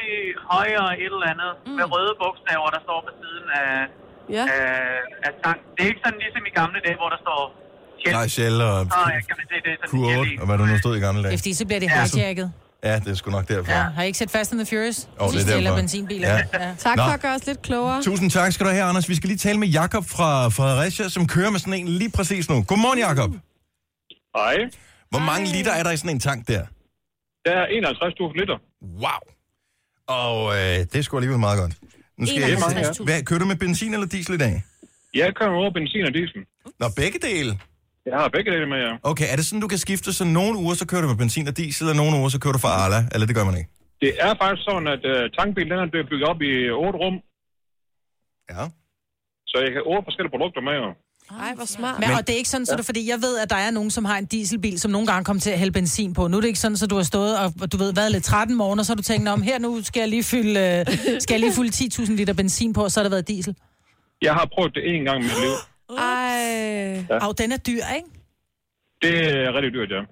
højere et eller andet, mm. med røde bogstaver, der står på siden af,
ja.
af, af tank. Det er ikke sådan ligesom i gamle dage, hvor der står Shell.
nej, Shell og
Så øh, kan man se det er sådan Shell i.
Q8, og hvad der nu stod i gamle dage.
Fordi så bliver det hijacket.
Ja, det er sgu nok derfor.
Ja.
Ja.
Har I ikke set Fast and the Furious?
Jo, det er
Stiller
derfor.
benzinbiler.
Ja.
ja.
Tak
Nå.
for at gøre os lidt klogere.
Tusind tak skal du have, Anders. Vi skal lige tale med Jakob fra Fredericia, som kører med sådan en lige præcis nu. Godmorgen, Jakob.
Nej,
Hvor mange liter er der i sådan en tank der?
der er 51.000 liter.
Wow. Og øh, det er sgu alligevel meget godt. Nu skal jeg,
51.000.
hvad, kører du med benzin eller diesel i dag?
Jeg kører over benzin og diesel.
Nå, begge dele.
Jeg har begge dele med jer.
Okay, er det sådan, du kan skifte, så nogle uger, så kører du med benzin og diesel, og nogle uger, så kører du for Arla? Eller det gør man ikke?
Det er faktisk sådan, at uh, tankbilen den er blevet bygget op i otte rum,
Ja.
så jeg har otte forskellige produkter med jer.
Ej, hvor smart.
Men, og det er ikke sådan, så det, fordi jeg ved, at der er nogen, som har en dieselbil, som nogle gange kommer til at hælde benzin på. Nu er det ikke sådan, så du har stået og og du ved, været lidt træt en morgen, og så har du tænkt, "Nå, om her nu skal jeg lige fylde, øh, skal jeg lige fylde 10.000 liter benzin på, og så har der været diesel.
Jeg har prøvet det en gang i mit liv.
Ej.
Ja. Og den er dyr, ikke?
Det er rigtig dyrt, ja.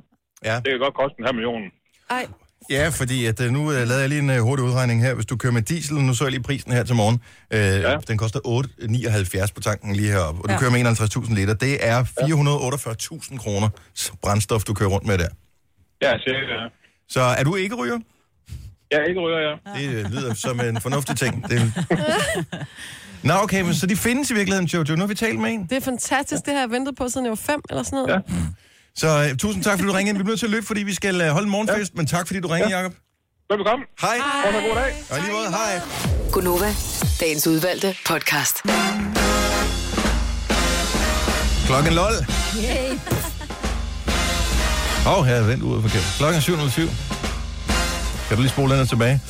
Ja.
Det kan godt koste en halv million.
Ej.
Ja, fordi at, øh, nu øh, lavede jeg lige en øh, hurtig udregning her. Hvis du kører med diesel, nu så jeg lige prisen her til morgen. Øh, ja. Den koster 8,79 på tanken lige heroppe. Og du ja. kører med 51.000 liter. Det er 448.000 kroner s- brændstof, du kører rundt med der.
Ja, sikkert, ja.
Så er du ikke ryger?
Jeg er ikke ryger, ja.
Det øh, lyder som en fornuftig ting. Det... Nå, okay, men så de findes i virkeligheden, Jojo. Nu har vi talt med en.
Det er fantastisk, det har jeg ventet på, siden jeg var fem eller sådan noget.
Ja.
Så øh, tusind tak, fordi du ringede ind. Vi bliver nødt til at løbe, fordi vi skal øh, holde morgenfest. Ja. Men tak, fordi du ringede, ja. Jacob.
Velbekomme.
Hej. Hej.
Ha' en god dag.
Og i lige måde, hej.
Gunova, dagens udvalgte podcast.
Klokken lol. Åh, oh, her er vendt uret forkert. Klokken er 7.07. Kan du lige spole den her tilbage?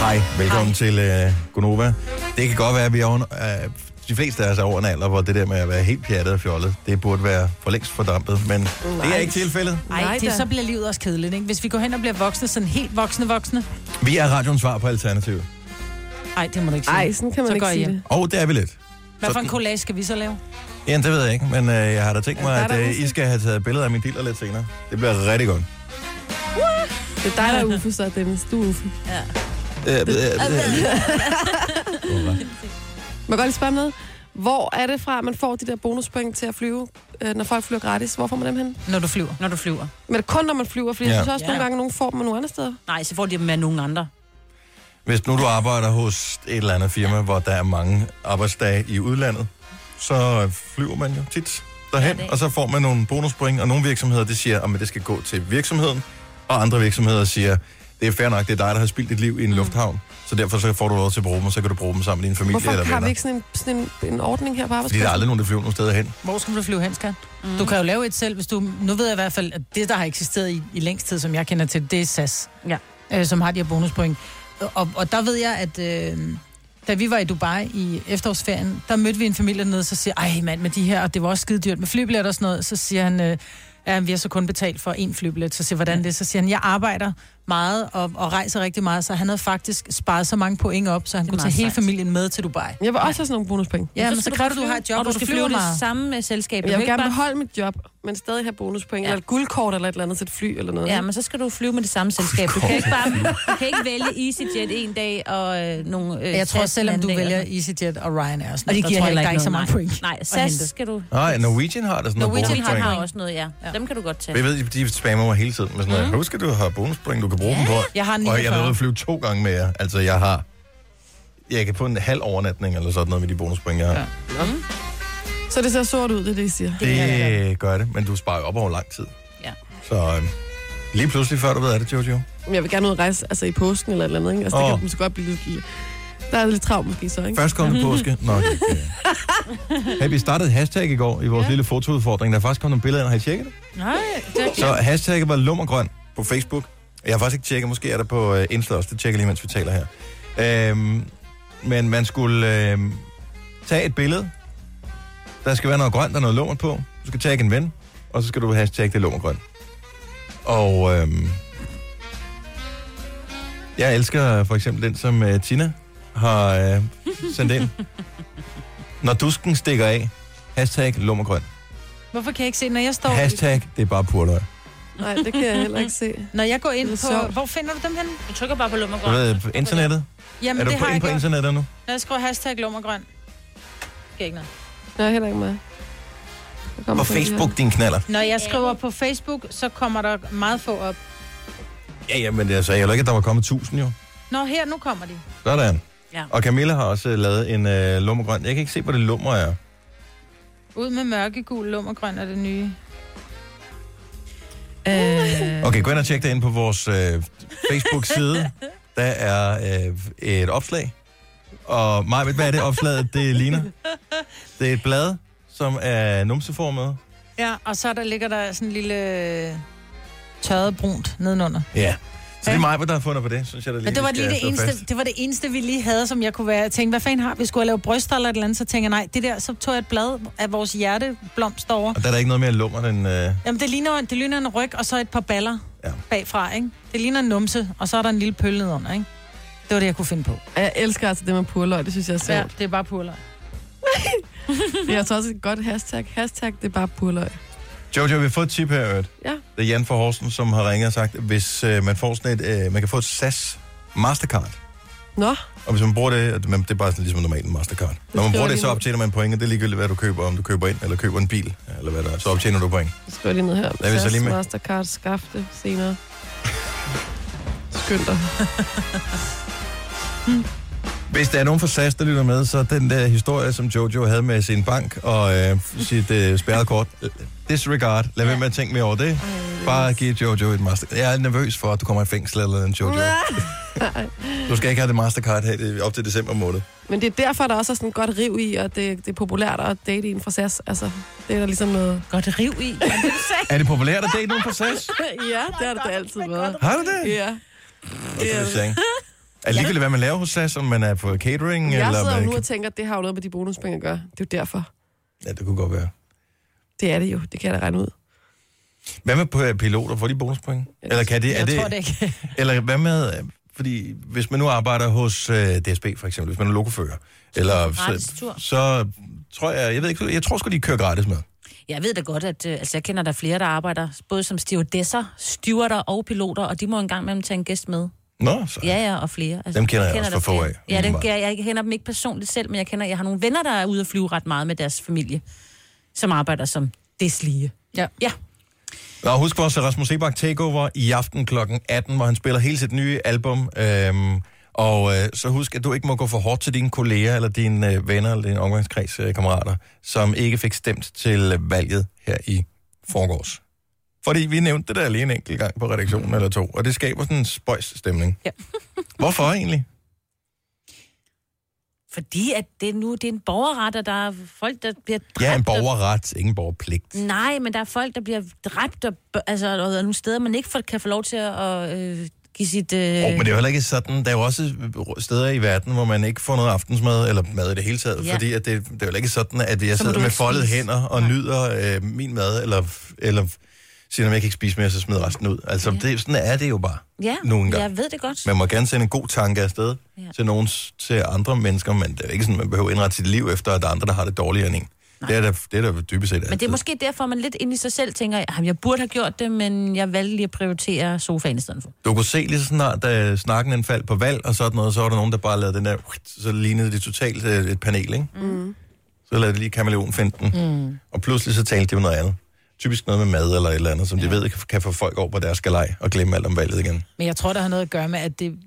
Hej, velkommen Hej. til uh, Gonova. Det kan godt være, at vi er under, uh, de fleste af os er over en alder, hvor det der med at være helt pjattet og fjollet, det burde være for længst fordampet, men Nej. det er ikke tilfældet.
Ej,
Nej
det,
da.
så bliver livet også kedeligt, ikke? Hvis vi går hen og bliver voksne, sådan helt voksne voksne.
Vi er radioens svar på alternativet.
Nej, det må du ikke sige.
Nej, sådan kan man
så
ikke
går jeg
sige
hjem.
det.
Og det er vi lidt.
Hvad for en
Sådan.
collage skal vi så lave?
Ja, det ved jeg ikke, men øh, jeg har da tænkt mig,
der er
at
der
øh,
Uffe.
I skal have taget billeder af min dealer lidt senere. Det bliver rigtig godt.
Det er dig, der er Uffe, så Dennis. Du er Uffe.
Øh, øh, øh, øh.
Må jeg godt lige spørge om noget? Hvor er det fra, man får de der bonuspoint til at flyve, øh, når folk flyver gratis? Hvor får man dem hen?
Når du flyver.
Når du flyver.
Men det er kun, når man flyver, fordi
Ja.
jeg synes også,
Ja.
nogle gange, nogen får dem nogle andre steder.
Nej, så får de dem med nogen andre.
Hvis nu du arbejder hos et eller andet firma, hvor der er mange arbejdsdage i udlandet, så flyver man jo tit derhen, og så får "Ah, man nogle bonuspoint, og nogle virksomheder, de siger, at det skal gå til virksomheden, og andre virksomheder siger, Det er fair nok, det er dig, der har spildt dit liv i en mm. lufthavn, så derfor så får du lov til at bruge dem, og så kan du bruge dem sammen med din familie
Hvorfor
eller
har vi
venner.
ikke sådan en, sådan en, en ordning her på
Fordi der er
arbejdspladsen?
aldrig nogen, der flyver nogen steder hen.
Hvor skal du flyve hen, skat? Mm. Du kan jo lave et selv, hvis du... Nu ved jeg i hvert fald, at det, der har eksisteret i, i længst tid, som jeg kender til, det er SAS,
Ja.
øh, som har de her bonuspoint. Og, og der ved jeg, at øh, da vi var i Dubai i efterårsferien, der mødte vi en familie dernede, så siger, ej mand, med de her, og det var også skide dyrt med flybilletter og sådan noget, så siger han, øh, ja, vi har så kun betalt for en flybillet, så siger jeg, hvordan det, så siger han, jeg arbejder meget og, og rejser rigtig meget, så han havde faktisk sparet så mange point op, så han kunne
meget
tage hele
sejt.
familien med til Dubai.
Jeg vil også have sådan nogle bonuspenge.
Ja, men så
skal
kræver du, du
flyve,
har et job,
og du skal flyve det
meget.
samme øh, selskab. Du
Jeg
kan
vil
ikke
gerne
bare-
beholde mit job, men stadig have bonuspoint, ja.
Ja.
eller et guldkort eller et eller andet til et fly eller noget.
Ja, men så skal du flyve med det samme selskab. Du kan ikke bare du kan ikke vælge EasyJet en dag og øh, nogle øh,
Jeg tror,
SAS
selvom
den
du
anden dag,
vælger
eller-
EasyJet og Ryanair, og sådan
og det
noget,
giver
der tror jeg
heller
ikke, der er ikke
ikke
så
noget,
mange point.
Nej, nej
at
SAS
hente.
skal du...
Nej, Norwegian har der sådan noget
Norwegian har,
bonuspoint.
har også noget, ja. Dem kan du godt tage.
Jeg ved, de spammer mig hele tiden med sådan noget. Mm. Husk, at du har bonuspoint, du kan bruge dem på.
Jeg har
Og jeg har
49.
været ude at flyve to gange med jer. Altså, jeg har... Jeg kan få en halv overnatning eller sådan noget med de bonuspoint, jeg har. Ja.
Så det ser sort ud, det er det, I siger.
Det gør det, men du sparer jo op over lang tid.
Ja.
Så øhm, lige pludselig, før du ved af det, Jojo.
Men jeg vil gerne ud og rejse altså i påsken eller et eller andet. Ikke? Altså, oh.
Åh.
Det kan måske godt blive lidt... Der er lidt travlt måske så, ikke?
Først kom det påske. Nå, det er ikke, øh. hey, vi startede et hashtag i går i vores ja. lille fotoudfordring. Der er faktisk kommet nogle billeder, ind. har I tjekket det? Nej, det Så hashtagget var lummergrøn på Facebook. Jeg har faktisk ikke tjekket, måske er der på øh, Insta også. Det tjekker jeg lige, mens vi taler her. Øhm, men man skulle øh, tage et billede. Der skal være noget grønt og noget lummert på. Du skal tagge en ven, og så skal du hashtagge det lummergrøn. Og øh, jeg elsker for eksempel den, som øh, Tina har øh, sendt ind. Når dusken stikker af, hashtag lummergrøn.
Hvorfor kan jeg ikke se, når jeg står...
Hashtag, det er bare purløg.
Nej, det kan jeg heller ikke se.
Når jeg går ind
Det er
på...
sjovt.
Hvor finder du dem hen?
Du trykker bare på
Du
lummergrøn.
ved, på internettet?
Jamen,
Er du
det
på, inde
har jeg
på
gjort.
internettet nu?
Når jeg skriver hashtag lummergrøn. Skal ikke noget.
Nej, heller ikke mig. Der kommer
På
kun de her.
Facebook, din knaller.
Når jeg skriver på Facebook, så kommer der meget få op.
Ja, ja, men jeg sagde heller ikke, at der var kommet 1000 jo.
Nå, her, nu kommer de.
Sådan.
Ja.
Og Camilla har også øh, lavet en øh, lummergrøn. Jeg kan ikke se, hvor det lummer er.
Ud med mørkegul lummergrøn er det nye. Øh.
Okay, gå ind og tjek det ind på vores øh, Facebook-side. Der er øh, et opslag. Og Maja, ved du, hvad er det opslaget, det ligner? Det er et blad, som er numseformet.
Ja, og så der ligger der sådan en lille øh, tørret brunt nedenunder.
Ja. Så det er
Ja.
mig, der har fundet på det, synes jeg, der lige,
Men det var,
vi
lige
skal
det,
slå
eneste,
fast.
det var det eneste, vi lige havde, som jeg kunne være. Jeg tænkte, hvad fanden har vi? Skulle jeg lave bryster eller et eller andet? Så tænker jeg, nej, det der, så tog jeg et blad af vores hjerteblomst over.
Og der er der ikke noget mere lummer end... Øh,
Jamen, det ligner, det ligner en ryg, og så et par baller
Ja.
ja. bagfra, ikke? Det ligner en numse, og så er der en lille pølle nedenunder, ikke? Det var det, jeg kunne finde på.
Og Jeg elsker altså det med purløg, det synes jeg er sjovt.
det er bare purløg.
Det er altså også et godt hashtag. Hashtag, det er bare purløg.
Jojo, vi har fået et tip her, i øvrigt.
Ja.
Det er Jan fra Horsen, som har ringet og sagt, hvis øh, man får sådan et... Øh, man kan få et SAS Mastercard.
Nå,
Og hvis man bruger det, at man- det er bare sådan, ligesom normalt en Mastercard. Når man
skriver
bruger
jeg
det,
lige
så
ned.
optjener man point, og det er ligegyldigt, hvad du køber, om du køber ind eller køber en bil, eller hvad der er. Så optjener du point.
det skriver jeg lige ned her.
er vi så
SAS,
lige med.
Mastercard, skaffe det senere. Skynd dig.
Hvis der er nogen fra SAS, der lytter med, så den der historie, som Jojo havde med sin bank og øh, sit øh, spærrede kort, øh, disregard, lad være med at tænke mere over det. Bare giv Jojo et master. Jeg er nervøs for, at du kommer i fængsel eller en Jojo. Du skal ikke have det mastercard her det er op til december måned.
Men det er derfor, der også er sådan et godt riv i, og det, det er populært at date en fra SAS. Altså, det er der ligesom noget...
Øh, Godt riv i.
Er det populært at date nogen fra SAS?
ja, det har det da altid været.
Har du det?
Ja.
Det er det. Alligevel, hvad man laver hos SAS, om man er på catering,
Jeg
eller
sidder jo
man...
nu og tænker, at det har jo noget med de bonuspenge at gøre. Det er jo derfor.
Ja, det kunne godt være.
Det er det jo. Det kan jeg da regne ud.
Hvad med p- piloter? Får de bonuspoint? Eller kan det, er
Jeg
det,
tror det ikke.
Eller hvad med, øh, fordi hvis man nu arbejder hos øh, DSB for eksempel, hvis man er lokofører, eller
gratis
så,
tur.
så tror jeg, jeg ved ikke, jeg tror sgu, de kører gratis med.
Jeg ved da godt, at øh, altså, jeg kender der er flere, der arbejder både som stewardesser, stewarder og piloter, og de må engang mellem tage en gæst med.
Nå, så.
Ja, ja, og flere. Altså,
Dem kender jeg
der
også for få
flere.
af,
Ja, dem,
umiddelbart.
jeg, jeg kender dem ikke personligt selv, men jeg, kender, jeg har nogle venner, der er ude at flyve ret meget med deres familie, som arbejder som deslige.
Ja.
Ja,
Nå, husk også Rasmus Sebak Takeover i aften kl. 18, hvor han spiller hele sit nye album. Øhm, og øh, så husk, at du ikke må gå for hårdt til dine kolleger, eller dine øh, venner, eller dine omgangskreds øh, kammerater, som ikke fik stemt til øh, valget her i forgårs. Fordi vi nævnte det der lige en enkelt gang på redaktionen eller to, og det skaber sådan en spøjs stemning.
Ja.
Hvorfor egentlig?
Fordi at det nu det er en borgerret, og der er folk, der bliver dræbt.
Ja, en
og-
borgerret, ingen borgerpligt.
Nej, men der er folk, der bliver dræbt, og, bø- altså, og der er nogle steder, man ikke får, kan få lov til at og, øh, give sit... Øh,
Øh. Oh, men det er jo heller ikke sådan. Der er jo også øh, steder i verden, hvor man ikke får noget aftensmad, eller mad i det hele taget, ja.
Ja.
fordi at det, det er jo ikke sådan, at jeg
Så må
sidder
du
med
ikke
foldede
spise.
hænder og nyder øh, min mad, eller, eller siger, at jeg kan ikke spise mere, så smider resten ud. Altså, ja. det, sådan er det jo bare
ja,
nogle gange.
jeg ved det godt.
Man må gerne sende en god tanke afsted ja.
Ja.
til, nogen, til andre mennesker, men det er jo ikke sådan, man behøver at indrette sit liv efter, at der er andre, der har det dårligere end en. Det er der, det er der dybest set
Men det er måske derfor, man lidt inde i sig selv tænker, at jeg burde have gjort det, men jeg valgte lige at prioritere sofaen i stedet for.
Du kunne se lige så snart, da snakken den faldt på valg og sådan noget, så var der nogen, der bare lavede den der, så lignede det totalt øh, et panel, ikke? Mm. Så lavede de lige kameleonfinden, mm. og pludselig så talte de om noget andet. Typisk noget med mad eller et eller andet, som ja. de ved kan- kan få folk over på deres galej og glemme alt om valget igen.
Men jeg tror, der har noget at gøre med, at det...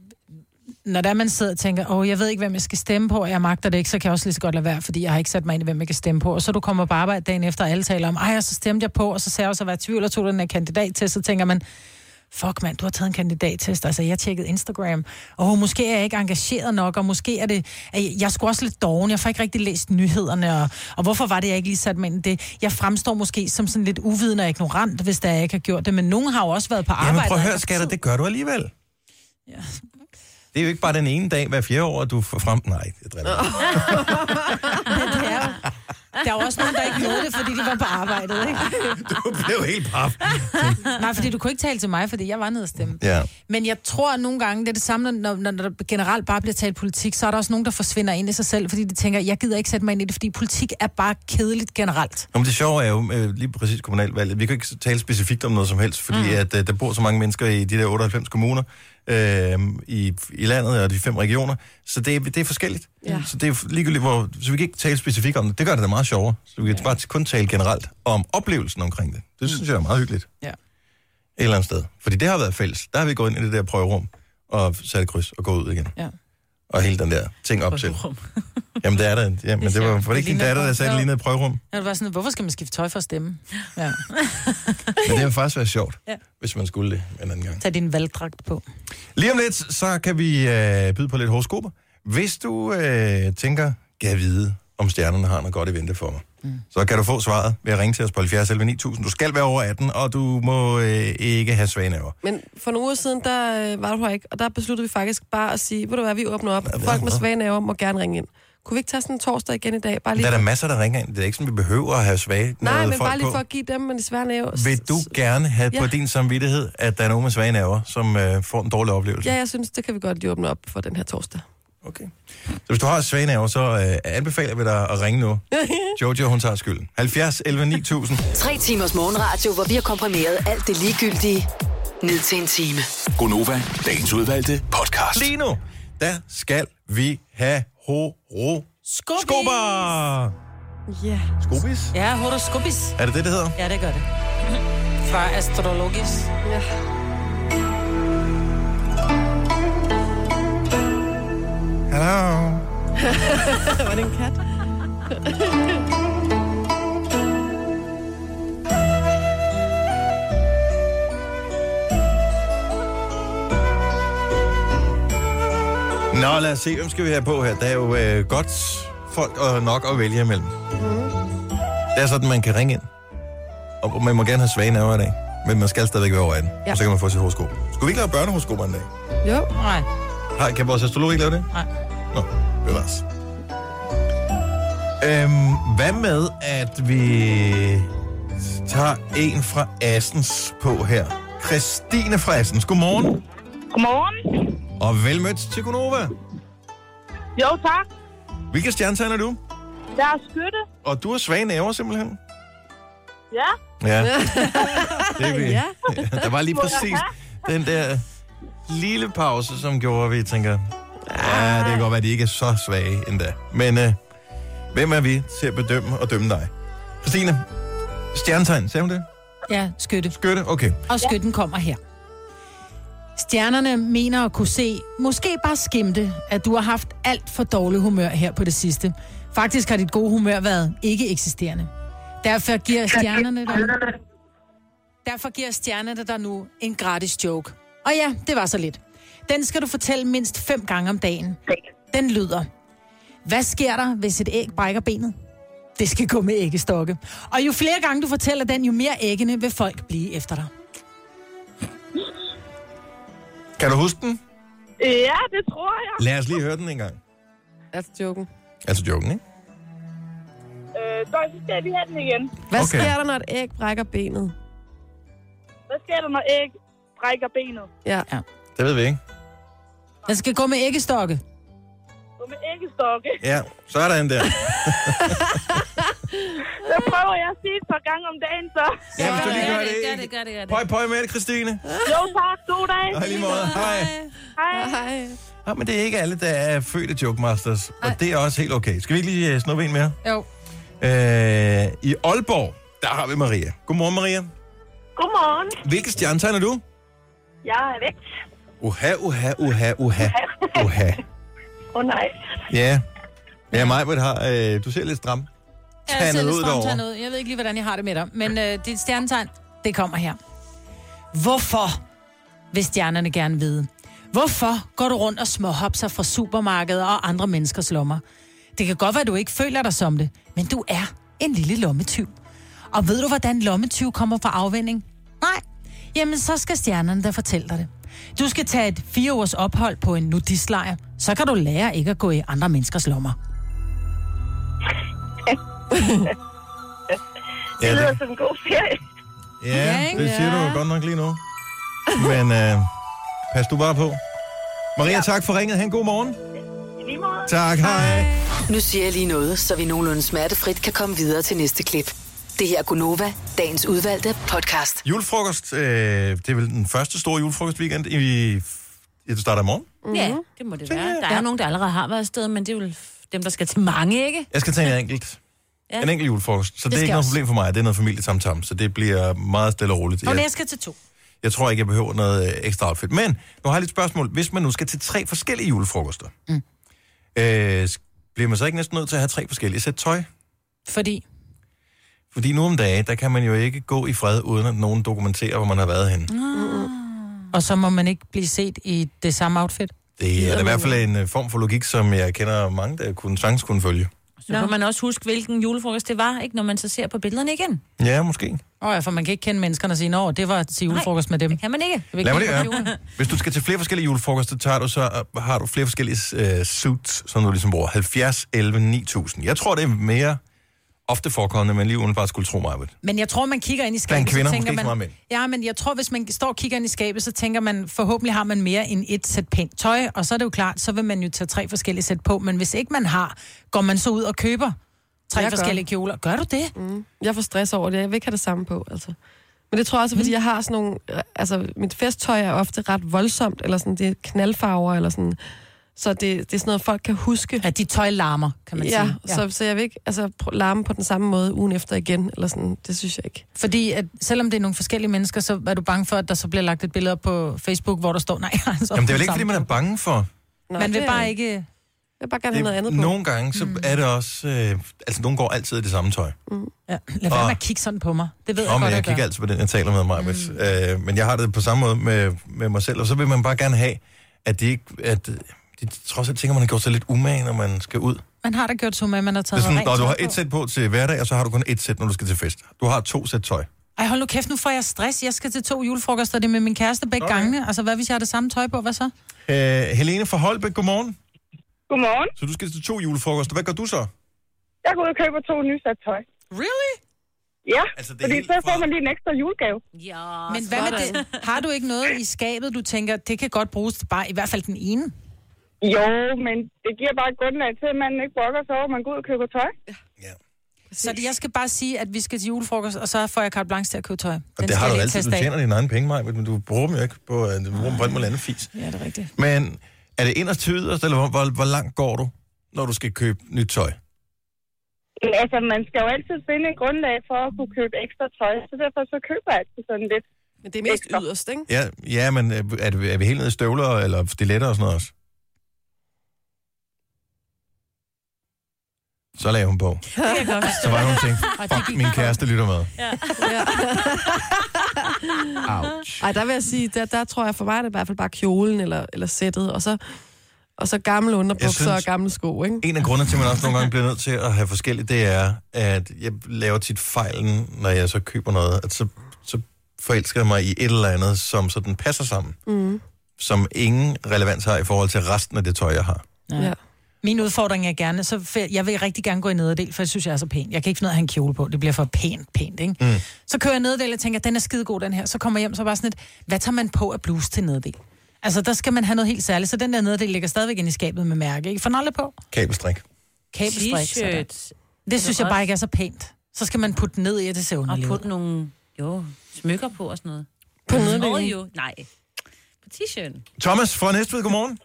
Når der man sidder og tænker, åh, jeg ved ikke, hvem jeg skal stemme på, og jeg magter det ikke, så kan jeg også lige så godt lade være, fordi jeg har ikke sat mig ind i, hvem jeg kan stemme på. Og så du kommer på arbejde dagen efter, og alle taler om, ej, og så stemte jeg på, og så sagde jeg også at være i tvivl, og tog den her kandidat til, så tænker man, fuck mand, du har taget en kandidattest, altså jeg tjekkede Instagram, og måske er jeg ikke engageret nok, og måske er det, at jeg- jeg skulle også lidt doven, jeg får ikke rigtig læst nyhederne, og, og hvorfor var det, jeg ikke lige satte mig ind i det? Jeg fremstår måske som sådan lidt uvidende og ignorant, hvis der jeg ikke har gjort det, men nogen har jo også været på arbejde. altså.
Jamen prøv
og
at
ikke
høre,
haft
skatter,
tid.
det gør du alligevel. Ja. Det er jo ikke bare den ene dag hver fjerde år, at du får frem... Nej, jeg driller.
Det er jo- Der er jo også nogen, der ikke nåede det, fordi de var på arbejdet, ikke?
Du blev helt paf.
Nej, fordi du kunne ikke tale til mig, fordi jeg var nede og stemme.
Ja.
Men jeg tror at nogle gange, det er det samme, når, når, når der generelt bare bliver talt politik, så er der også nogen, der forsvinder ind i sig selv, fordi de tænker, jeg gider ikke sætte mig ind i det, fordi politik er bare kedeligt generelt.
Nå, men det sjove er jo øh, lige præcis kommunalvalget. Vi kan ikke tale specifikt om noget som helst, fordi mm. at, øh, der bor så mange mennesker i de der 98 kommuner øh, i, i landet og de fem regioner, så det, er- det er forskelligt. Ja. Så det er ligegyldigt, hvor, så vi kan ikke tale specifikt om det. Det gør det da meget sjovere. Så vi kan bare kun tale generelt om oplevelsen omkring det. Det synes jeg er meget hyggeligt.
Mm. Ja.
Et eller andet sted. Fordi det har været fælles. Der har vi gået ind i det der prøverum og sat et kryds og gået ud igen.
Ja.
Og hele den der ting op til. Jamen, det er der. Jamen, det var, var det ikke din
ligner
datter,
et
der sagde, det
prøverum.
lignede et prøverum?
Jeg var sådan, hvorfor skal man skifte tøj for at stemme? Ja.
Men det ville faktisk være sjovt, ja.
Ja.
hvis man skulle det en anden gang.
Tag din valgdragt på.
Lige om lidt, så kan vi øh, byde på lidt horoskoper. Hvis du øh, tænker, kan jeg vide, om stjernerne har noget godt i vente for mig, mm. så kan du få svaret ved at ringe til os på 70 11 9000. Du skal være over 18, og du må øh, ikke have svaneøver.
Men for nogle uger siden, der øh, var du her ikke, og der besluttede vi faktisk bare at sige, ved du hvad, vi åbner op.
det er
Folk med
noget.
svage naver må gerne ringe ind. Kunne vi ikke tage sådan en torsdag igen i dag? Bare
Der
lige
er der
for,
masser, der ringer ind. Det er ikke sådan, vi behøver at have svage
nej,
noget
men
folk
bare lige for
på.
at give dem med de svære naver.
Vil du gerne have ja. på
Ja.
din samvittighed, at der er nogen med svage nerver, som øh, får en dårlig oplevelse?
Ja, jeg synes, det kan vi godt lige åbne op for den her torsdag.
Okay. Så hvis du har svage nerver, så øh, anbefaler vi dig at ringe nu. Jojo, hun tager skylden. 70 11 9000.
Tre timers morgenradio, hvor vi har komprimeret alt det ligegyldige ned til en time.
Gonova, dagens udvalgte podcast.
Lige nu, der skal vi have horoskoper.
Skubis!
Ja.
Skobis?
Ja, horoskopis.
Er det det, det hedder?
Ja, det gør det. Fra astrologis.
ja.
Hello.
Var det en kat?
Nå, lad os se, hvem skal vi have på her? Der er jo øh, godt folk og nok at vælge imellem. Mm. Det er sådan, man kan ringe ind. Og man må gerne have svage nerver i dag. Men man skal stadigvæk være over 18. Ja.
Ja.
Og så kan man få sit horoskop. Skulle vi ikke lave børnehoroskoper en dag?
Jo.
Nej,
Har, kan vores astrolog ikke lave det?
nej.
Nå, bevares. Øhm, hvad med, at vi tager en fra Assens på her? Christine fra Assens, godmorgen.
Godmorgen.
Og velmødt til Gunova.
Jo, tak.
Hvilke stjernetegn er du?
Jeg er skytte.
Og du er svage næver simpelthen.
Ja.
Ja. Det er vi.
Ja.
Der var lige præcis den der lille pause, som gjorde, at vi tænker, ja, det kan godt være, at de ikke er så svage endda. Men øh, hvem er vi til at bedømme og dømme dig? Christine, stjernetegn, sagde hun det?
Ja, skytte.
Skytte, okay.
Og skytten kommer her. Stjernerne mener at kunne se, måske bare skimte, at du har haft alt for dårlig humør her på det sidste. Faktisk har dit gode humør været ikke eksisterende. Derfor giver stjernerne dig... Derfor giver stjernerne dig nu en gratis joke. Og ja, det var så lidt. Den skal du fortælle mindst fem gange om dagen. Den lyder. Hvad sker der, hvis et æg brækker benet? Det skal gå med æggestokke. Og jo flere gange du fortæller den, jo mere æggene vil folk blive efter dig.
Kan du huske den?
Ja, det tror jeg.
Lad os lige høre den en gang.
That's joken.
Altså joken, ikke?
Øh, dog, så skal vi have den igen.
Hvad
Okay.
okay. sker der, når et æg brækker benet?
Hvad sker der, når æg brækker benet?
Ja.
Det ved vi ikke.
Den skal gå med æggestokke.
Gå med æggestokke.
Ja, så er der en der.
Det prøver jeg at sige et par gange om dagen, så.
Ja, hvis du lige gør
det, gør
det,
det,
ikke?
gør det, gør det.
Pøj, pøj med det, Christine.
Jo, tak. God dag.
Hej lige måde. Hej.
Hej.
Ej.
Ja, men det er ikke alle, der er født af Joke Masters, og det er også helt okay. Skal vi ikke lige øh, snuppe en mere?
Jo.
Øh, I Aalborg, der har vi Maria. Godmorgen, Maria.
Godmorgen.
Hvilke stjernetegn er du?
Jeg Ah, er væk.
Uha, uha, uha, uha, uha.
Åh, oh, nej.
Ja. Ja, mig, har, øh, du ser lidt stram.
Jeg
Tandet
ser lidt
ud
stramt
derovre.
tandet ud. Jeg ved ikke lige, hvordan jeg har det med dig. Men øh, dit stjernetegn, det kommer her. Hvorfor vil stjernerne gerne vide? Hvorfor går du rundt og småhopser fra supermarkeder og andre menneskers lommer? Det kan godt være, du ikke føler dig som det, men du er en lille lommetyv. Og ved du, hvordan lommetyv kommer fra afvinding? Nej. Jamen, så skal stjernerne der fortælle dig det. Du skal tage et fire års ophold på en nudistlejr. Så kan du lære ikke at gå i andre menneskers lommer.
Ja, det,
som en god ferie.
ja,
ikke?
det siger du jo godt nok lige nu. Men øh, pas du bare på. Maria, tak for ringet. Ha' en god morgen.
I lige måde.
Tak, hej.
Nu siger jeg lige noget, så vi nogenlunde smertefrit kan komme videre til næste klip. Det her er Gunova, dagens udvalgte podcast.
Julefrokost, øh, det er vel den første store julefrokostweekend i... Ja, det starter i morgen.
Ja, det må det være. Der er jo nogen, der allerede har været afsted, men det er jo dem, der skal til mange, ikke?
Jeg skal tage en enkelt. Ja.
Ja.
En enkelt julefrokost. Så det, det er
skal
ikke
jeg
noget
også.
problem for mig. Det er noget familie tam så det bliver meget stille og roligt.
Og
Jeg,
jeg skal til to.
jeg tror ikke, jeg behøver noget øh, ekstra outfit. Men nu har jeg lidt spørgsmål. Hvis man nu skal til tre forskellige julefrokoster, mm. øh, sk- bliver man så ikke næsten nødt til at have tre forskellige sæt tøj?
Fordi
Fordi nu om dage, der kan man jo ikke gå i fred, uden at nogen dokumenterer, hvor man har været henne. Mm.
Og så må man ikke blive set i det samme outfit.
Det er da i hvert fald en øh, form for logik, som jeg kender mange, der kunne, sagtens kunne følge.
Så kan man også huske, hvilken julefrokost det var, ikke? Når man så ser på billederne igen.
Ja, måske.
Åh ja, for man kan ikke kende menneskerne og sige, nå, det var til julefrokost med dem.
Kan man ikke?
Lad mig det ja. Hvis du skal til flere forskellige julefrokoster, tager du så, øh, har du flere forskellige øh, suits, som du ligesom bruger. 70, 11, 9000. Jeg tror, det er mere ofte forekommende, men lige udenbart skulle tro mig. Britt.
Men jeg tror, man kigger ind i
Blandt
skabet,
kvinder,
så
måske
tænker
ikke så meget
man...
mænd.
Ja, men jeg tror, hvis man står og kigger ind i skabet, så tænker man, forhåbentlig har man mere end et sæt pænt tøj, og så er det jo klart, så vil man jo tage tre forskellige sæt på, men hvis ikke man har, går man så ud og køber tre
Jeg
jeg
gør.
forskellige kjoler. Gør du det? Mm.
Jeg får stress over det. Jeg vil ikke have det samme på, altså. Men det tror jeg også,
Mm.
fordi jeg har sådan nogle... Altså, mit festtøj er ofte ret voldsomt, eller sådan, det er knaldfarver, eller sådan... Så det, det er sådan noget, folk kan huske.
At de tøj larmer, kan man
Ja,
sige.
så, så jeg vil ikke altså, pr- larme på den samme måde ugen efter igen, eller sådan. Det synes jeg ikke.
Fordi at, selvom det er nogle forskellige mennesker, så er du bange for, at der så bliver lagt et billede op på Facebook, hvor der står, nej, altså,
Jamen, det er vel ikke, fordi man er bange for...
Nå,
Man vil
det er-
bare ikke...
Jeg vil bare gerne have noget
Det,
andet på.
nogle gange, så er det også... Øh, altså, nogen går altid i det samme tøj.
Ja, lad være
Og-
med at kigge sådan på mig. Det ved
Nå,
jeg
men
godt,
jeg
gør.
kigger altid på den, jeg taler med mig. Mm. Øh, men jeg har det på samme måde med, med mig selv, og så vil man bare gerne have, at det ikke... At, øh, de, trods alt tænker, man har gjort sig lidt umage, når man skal ud.
Man har da gjort så med, at man har
Det er
taget
sådan,
rent
når du
tøj
har
på.
et sæt på til hverdag, og så har du kun et sæt, når du skal til fest. Du har to sæt tøj.
Ej, hold nu kæft, nu får jeg stress. Jeg skal til to julefrokoster, det er med min kæreste begge okay. gangene. Altså, hvad hvis jeg har det samme tøj på? Hvad så?
Øh, Helene fra Holbæk, godmorgen.
Godmorgen.
Så du skal til to julefrokoster. Hvad gør du så?
Jeg går ud og køber to nye sæt tøj.
Really?
Ja,
Altså,
altså,
det er
fordi
helt
så får
fra-
man lige en ekstra julegave.
Ja,
Men hvad med det? Har du ikke noget i skabet, du tænker, det kan godt bruges til bare i hvert fald den ene?
Jo, men det giver bare et grundlag til, at man ikke brokker sig over, at man går ud og køber tøj.
Ja.
Så det- jeg skal bare sige, at vi skal til julefrokost, og så får jeg carte blanche til at købe tøj. Den
Og det
skal
har
jeg
du
lige
altid. Du
teste af.
tjener dine egne penge, Maj, men du bruger dem jo ikke på, øh, du bruger dem på en eller anden fis.
Ja, det er rigtigt.
Men er det inderst til yderst, eller hvor, hvor, hvor langt går du, når du skal købe nyt tøj?
Men altså, man skal jo altid finde et grundlag for at kunne købe ekstra tøj, så derfor så køber jeg altid sådan lidt.
Men det er mest
Ekstra.
yderst, ikke?
Ja, ja men øh, er, det, er vi helt nede i støvler eller stiletter og sådan noget også? Så lagde hun på.
det kan jeg godt.
Så var hun tænkt, fuck, min kæreste lytter med.
Ja. Ej, der vil jeg sige, der, der tror jeg for mig, det er i hvert fald bare kjolen eller, eller sættet, og så, og så gamle underbukser
Jeg synes-
synes... og gamle sko, ikke?
En af grundene til, at man også nogle gange bliver nødt til at have forskelligt, det er, at jeg laver tit fejlen, når jeg så køber noget, at så, så forelsker jeg mig i et eller andet, som sådan passer sammen. Mm. Som ingen relevans har i forhold til resten af det tøj, jeg har.
Ja. ja.
Min udfordring er gerne, så fe- jeg vil rigtig gerne gå i nederdel, for jeg synes, jeg er så pæn. Jeg kan ikke finde ud af at have en kjole på. Det bliver for pænt, pænt, ikke? Mm. Så kører jeg nederdel og tænker, den er skidegod, den her. Så kommer jeg hjem, så er jeg bare sådan lidt, hvad tager man på af bluse til nederdel? Altså, der skal man have noget helt særligt, så den der nederdel ligger stadigvæk inde i skabet med mærke, ikke? For den aldrig på.
Kabelstrik.
Kabelstrik, sådan.
T-shirt.
Det synes jeg
også-
bare ikke er så pænt. Så skal man putte den ned i, at det ser
Og
underligt ud.
putte nogle jo, smykker på og sådan noget.
På
Nå,
nederdelen.
jo. Nej. På t-shirten.
Thomas fra Næstved, godmorgen.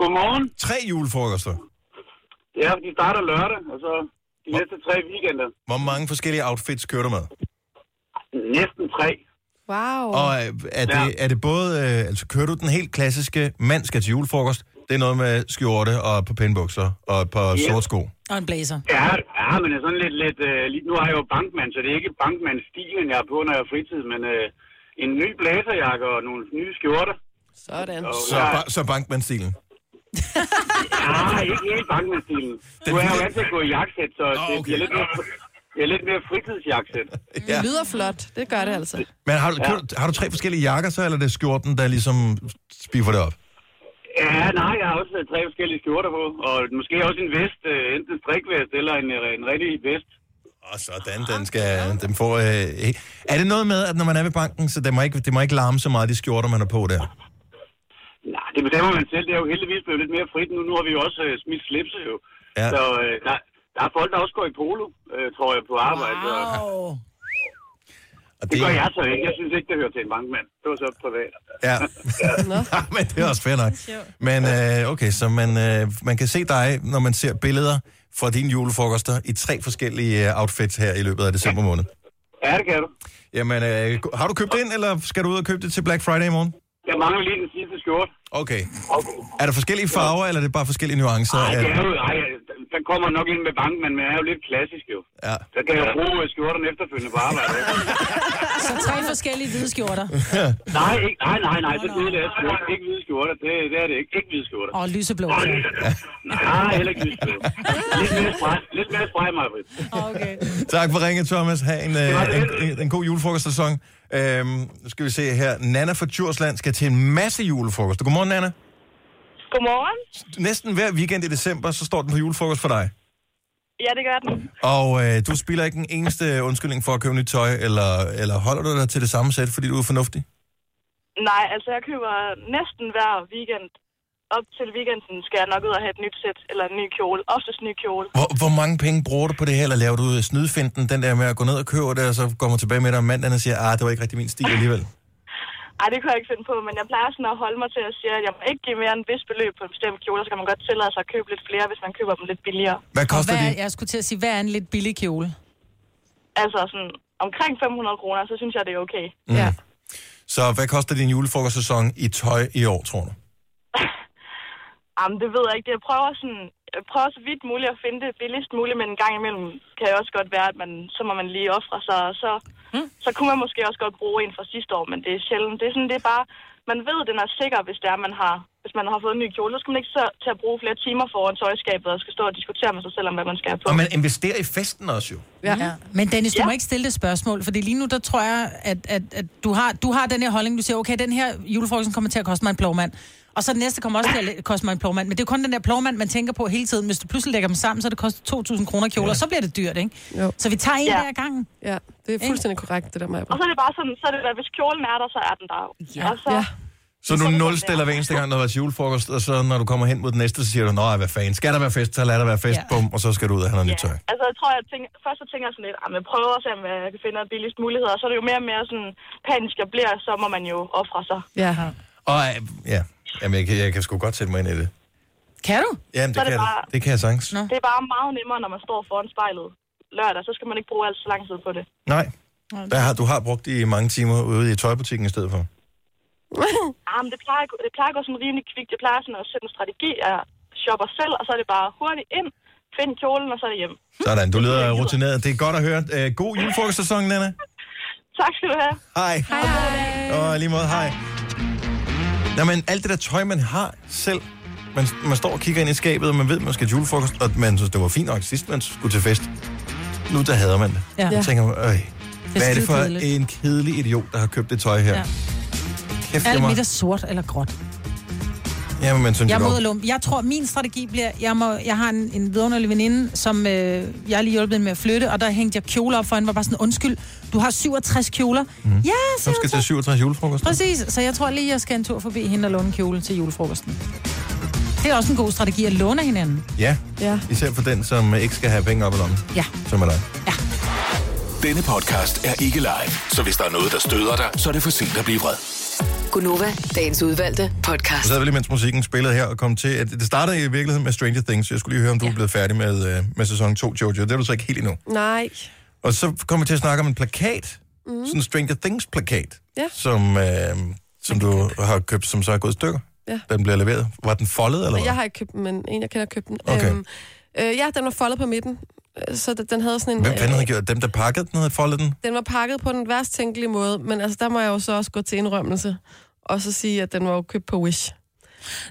Godmorgen.
Tre julefrokoster.
Ja, de starter lørdag, og så de næste tre weekender.
Hvor mange forskellige outfits kører du med?
Næsten tre.
Wow.
Og øh, er det, er det både, øh, altså kører du den helt klassiske, mand skal til julefrokost, det er noget med skjorte og på pænbukser og et par sorte sko.
Og en blazer.
Ja, ja men det er sådan lidt... lidt øh, lige nu har jeg jo bankmand, så det er ikke bankmandstilen, jeg har på, når jeg er fritid, men øh, en ny blæserjakke og nogle nye skjorter.
Sådan.
Og
Så,
jeg,
ba- så bankmandstilen.
nej, ikke helt bankmandstilen. Nu er jeg jo altid gået i jakkesæt, så
Nå,
det
okay.
bliver lidt mere, det er lidt mere fritidsjakkesæt.
Ja.
Det lyder flot. Det gør det altså.
Men har, du- kører, du- har du tre forskellige jakker så, eller er det skjorten, der ligesom spiffer det op?
Ja, nej, jeg har også øh, tre forskellige skjorter på, og måske også en vest, øh, enten en strikvest eller en, øh, en rigtig vest.
Og sådan, den skal, den får... Øh, he- er det noget med, at når man er ved banken, så det må ikke, det må ikke larme så meget, de skjorter, man har på der?
Nej, det bestemmer man selv. Det er jo heldigvis blevet lidt mere frit nu. Nu har vi jo også øh, smidt slipset jo.
Ja.
Ja. Så øh, der, der er folk, der også går i polo, øh, tror jeg, på arbejde. Wow. Og
Wow.
Og
det gør jeg så ikke. Jeg synes ikke, det hører til en bankmand. Det var så privat.
Ja. Ah, Men det er også fair nok. Men øh, okay, så man, øh, man kan se dig, når man ser billeder fra dine julefrokoster i tre forskellige øh, outfits her i løbet af december måned.
Ja, det kan du.
Jamen, øh, har du købt det ind, eller skal du ud og købe det til Black Friday i morgen?
Jeg mangler lige den sidste skjorte.
Okay.
Okay.
Er der forskellige farver, eller er det bare forskellige nuancer?
Ej, det
af-
er jo, ej, der kommer nok ind med bankmand, men jeg er jo lidt klassisk jo.
Ja.
Så kan jeg jo bruge øh, skjorterne efterfølgende på arbejde.
Så tre forskellige hvide skjorter.
nej, ikke, nej, nej, nej, det er det, er skjorte. Ikke hvide skjorter. Det, det er det ikke. Ikke hvide skjorter.
Og lyseblå.
Nej, heller ikke hvide skjorter. Lidt mere sprej, lidt mere sprej, Marvitt.
Ah,
Okay.
Tak for ringet, Thomas. Ha' en, øh, en, en, en god julefrokostsæson. Øhm, nu skal vi se her. Nana fra Djursland skal til en masse julefrokoster. Godmorgen, Nana.
Godmorgen.
Næsten hver weekend i december, så står den på julefrokost for dig.
Ja, det gør den.
Og øh, du spiller ikke en eneste undskyldning for at købe nyt tøj, eller, eller holder du dig til det samme sæt, fordi du er fornuftig?
Nej, altså jeg køber næsten hver weekend. Op til weekenden skal jeg nok ud og have et nyt sæt, eller en ny kjole. Oftest ny kjole.
Hvor, hvor mange penge bruger du på det her, eller laver du snydfinden, den der med at gå ned og købe det, og så kommer tilbage med dig om mandagen og siger, ah, det var ikke rigtig min stil alligevel?
Ej, det kunne jeg ikke finde på, men jeg plejer sådan at holde mig til at sige, at jeg må ikke give mere end et vis beløb på en bestemt kjole, så kan man godt tillade sig at købe lidt flere, hvis man køber dem lidt billigere.
Hvad
Og
koster
hvad, er-
det?
jeg skulle til at sige, hvad er en lidt billig kjole?
Altså sådan omkring 500 kroner, så synes jeg, det er okay.
Ja.
Så hvad koster din julefrokostsæson i tøj i år, tror du?
Jamen, det ved jeg ikke. Jeg prøver, sådan, jeg prøver så vidt muligt at finde det billigst muligt, men en gang imellem kan det også godt være, at man, så må man lige ofre sig, og så,
Hmm?
mm. så kunne man måske også godt bruge en fra sidste år, men det er sjældent. Det er sådan, det er bare, man ved, den er sikker, hvis det er, man har, hvis man har fået en ny kjole. Så skal man ikke så, til at bruge flere timer foran tøjskabet og skal stå og diskutere med sig selv om, hvad man skal have på.
Og man investerer i festen også jo.
Ja. Men Dennis, du ja.
Ja.
må ikke stille det spørgsmål, for lige nu, der tror jeg, at, at, at du, har, du har den her holdning, du siger, okay, den her julefrokosten kommer til at koste mig en plovmand. Og så den næste kommer også til at koste mig en plovmand. Men det er jo kun den der plovmand, man tænker på hele tiden. Hvis du pludselig lægger dem sammen, så det koster 2.000 kroner kjoler, ja. så bliver det dyrt, ikke?
Jo.
Så vi tager en
Ja.
ja. der gang.
ja, det er fuldstændig korrekt, det der med.
Og så er det bare sådan, så er det der, hvis kjolen er der, så er den der. Ja. Og så,
Ja.
ja.
Så du nulstiller hver eneste gang, når der er til julefrokost, og så når du kommer hen mod den næste, så siger du, nej, hvad fanden, skal der være fest, så lad der være fest,
Ja.
ja. bum, og så skal du ud og have noget nyt tøj.
Altså, jeg tror, jeg tænker, først så tænker jeg sådan lidt, at jeg prøver at se, om øh, jeg kan finde noget billigst mulighed, og så er det jo mere og mere sådan, panisk jeg bliver, så må man jo ofre sig.
Ja.
Og øh, ja, Jamen, jeg, kan, jeg kan sgu godt sætte mig ind i det.
Kan du?
Jamen, det,
Så er
kan,
det
jeg da-
bare-
det kan jeg sagtens.
Nå.
Nå.
Det er bare meget nemmere, når man står foran spejlet lørdag, så skal man ikke bruge alt så lang tid på det.
Nej, der har, du har brugt i mange timer ude i tøjbutikken i stedet for.
Ah, men det plejer, at gå- det plejer at gå sådan rimelig kvikt. Det plejer sådan at sætte en strategi, jeg shopper selv, og så er det bare hurtigt ind, find kjolen, og så er det hjem.
Sådan, du lyder rutineret. Det er godt at høre. Øh, god julefrokostsæson, Nana.
Tak skal du have.
Hej.
Hej.
Hej.
Og lige måde, hej. Nå, men alt det der tøj, man har selv, man, man står og kigger ind i skabet, og man ved, man skal til julefrokost, og man synes, det var fint nok sidst, man skulle til fest. Nu, der hader man det.
Ja.
Jeg tænker, øj, hvad er det for
skidekedeligt.
en kedelig idiot, der har købt det tøj her? Ja.
Ja.
Kæft, jeg
Alt
må...
mit er sort eller gråt.
Jamen, man synes,
Jeg
jeg
er mod
godt.
lum. Jeg tror, min strategi bliver, jeg, må, jeg har en, en vidunderlig veninde, som øh, jeg har lige hjulpet med at flytte, og der hængte jeg kjoler op for hende, var bare sådan, undskyld, du har 67 kjoler. Mm. Ja,
Hun skal
67.
til 67 julefrokost.
Præcis, så jeg tror lige, jeg skal en tur forbi hende og låne en kjole til julefrokosten. Det er også en god strategi at låne af hinanden.
Ja,
Ja.
især for den, som ikke skal have penge op i lommen,
Ja.
som er dig.
Denne podcast er ikke live, så hvis der er noget, der støder dig, så er det for sent at blive vred.
Gunova, dagens udvalgte
Så
podcast.
sad vi lige, mens musikken spillede her, og kom til, at det startede i virkeligheden med Stranger Things, så jeg skulle lige høre, om du ja. er blevet færdig med, øh, med sæson 2, Jojo. Det er du så ikke helt endnu.
Nej.
Og så kom vi til at snakke om en plakat, mm. sådan en Stranger Things-plakat,
Mhm. Ja.
som, øh, som du har købt, som så er gået i stykker.
Ja.
Den bliver leveret. Var den foldet, eller
Jeg
hvad?
har ikke købt den, men en, jeg kender, købte den.
Okay.
øh, ja, den var foldet på midten. Øh, Så d- den havde sådan en...
Hvem fanden havde
øh,
gjort Dem, der pakkede den, havde foldet den?
den var pakket på den værst tænkelige måde, men altså, der må jeg jo så også gå til indrømmelse og så sige, at den var jo købt på Wish.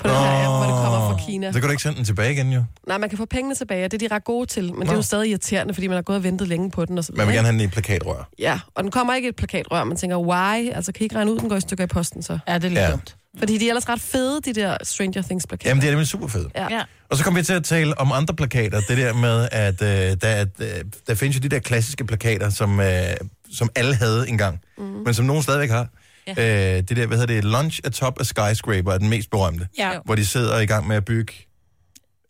På den her app, hvor det kommer fra Kina.
Så kan du ikke sende den tilbage igen, jo.
Nej, man kan få pengene tilbage, og det er de ret gode til, men det er
Nå.
jo stadig irriterende, fordi man har gået og ventet længe på den. Og så,
Man vil gerne have den i et plakatrør.
Ja, og den kommer ikke i et plakatrør. Man tænker, why? Altså, kan I ikke regne ud, den går i stykker i posten så?
Ja, det er lidt
Ja.
ja. dumt.
Fordi de er ellers ret fede, de der Stranger Things-plakater.
Jamen, det er nemlig super fedt.
Ja.
Og så kom vi til at tale om andre plakater. Det der med, at øh, der, er- øh, der findes jo de der klassiske plakater, som, øh, som alle havde engang, mm.
Mhm.
men som nogen stadigvæk har. Ja. Øh, det der, hvad hedder det, Lunch at Top of Skyscraper er den mest berømte.
Ja.
Hvor de sidder i gang med at bygge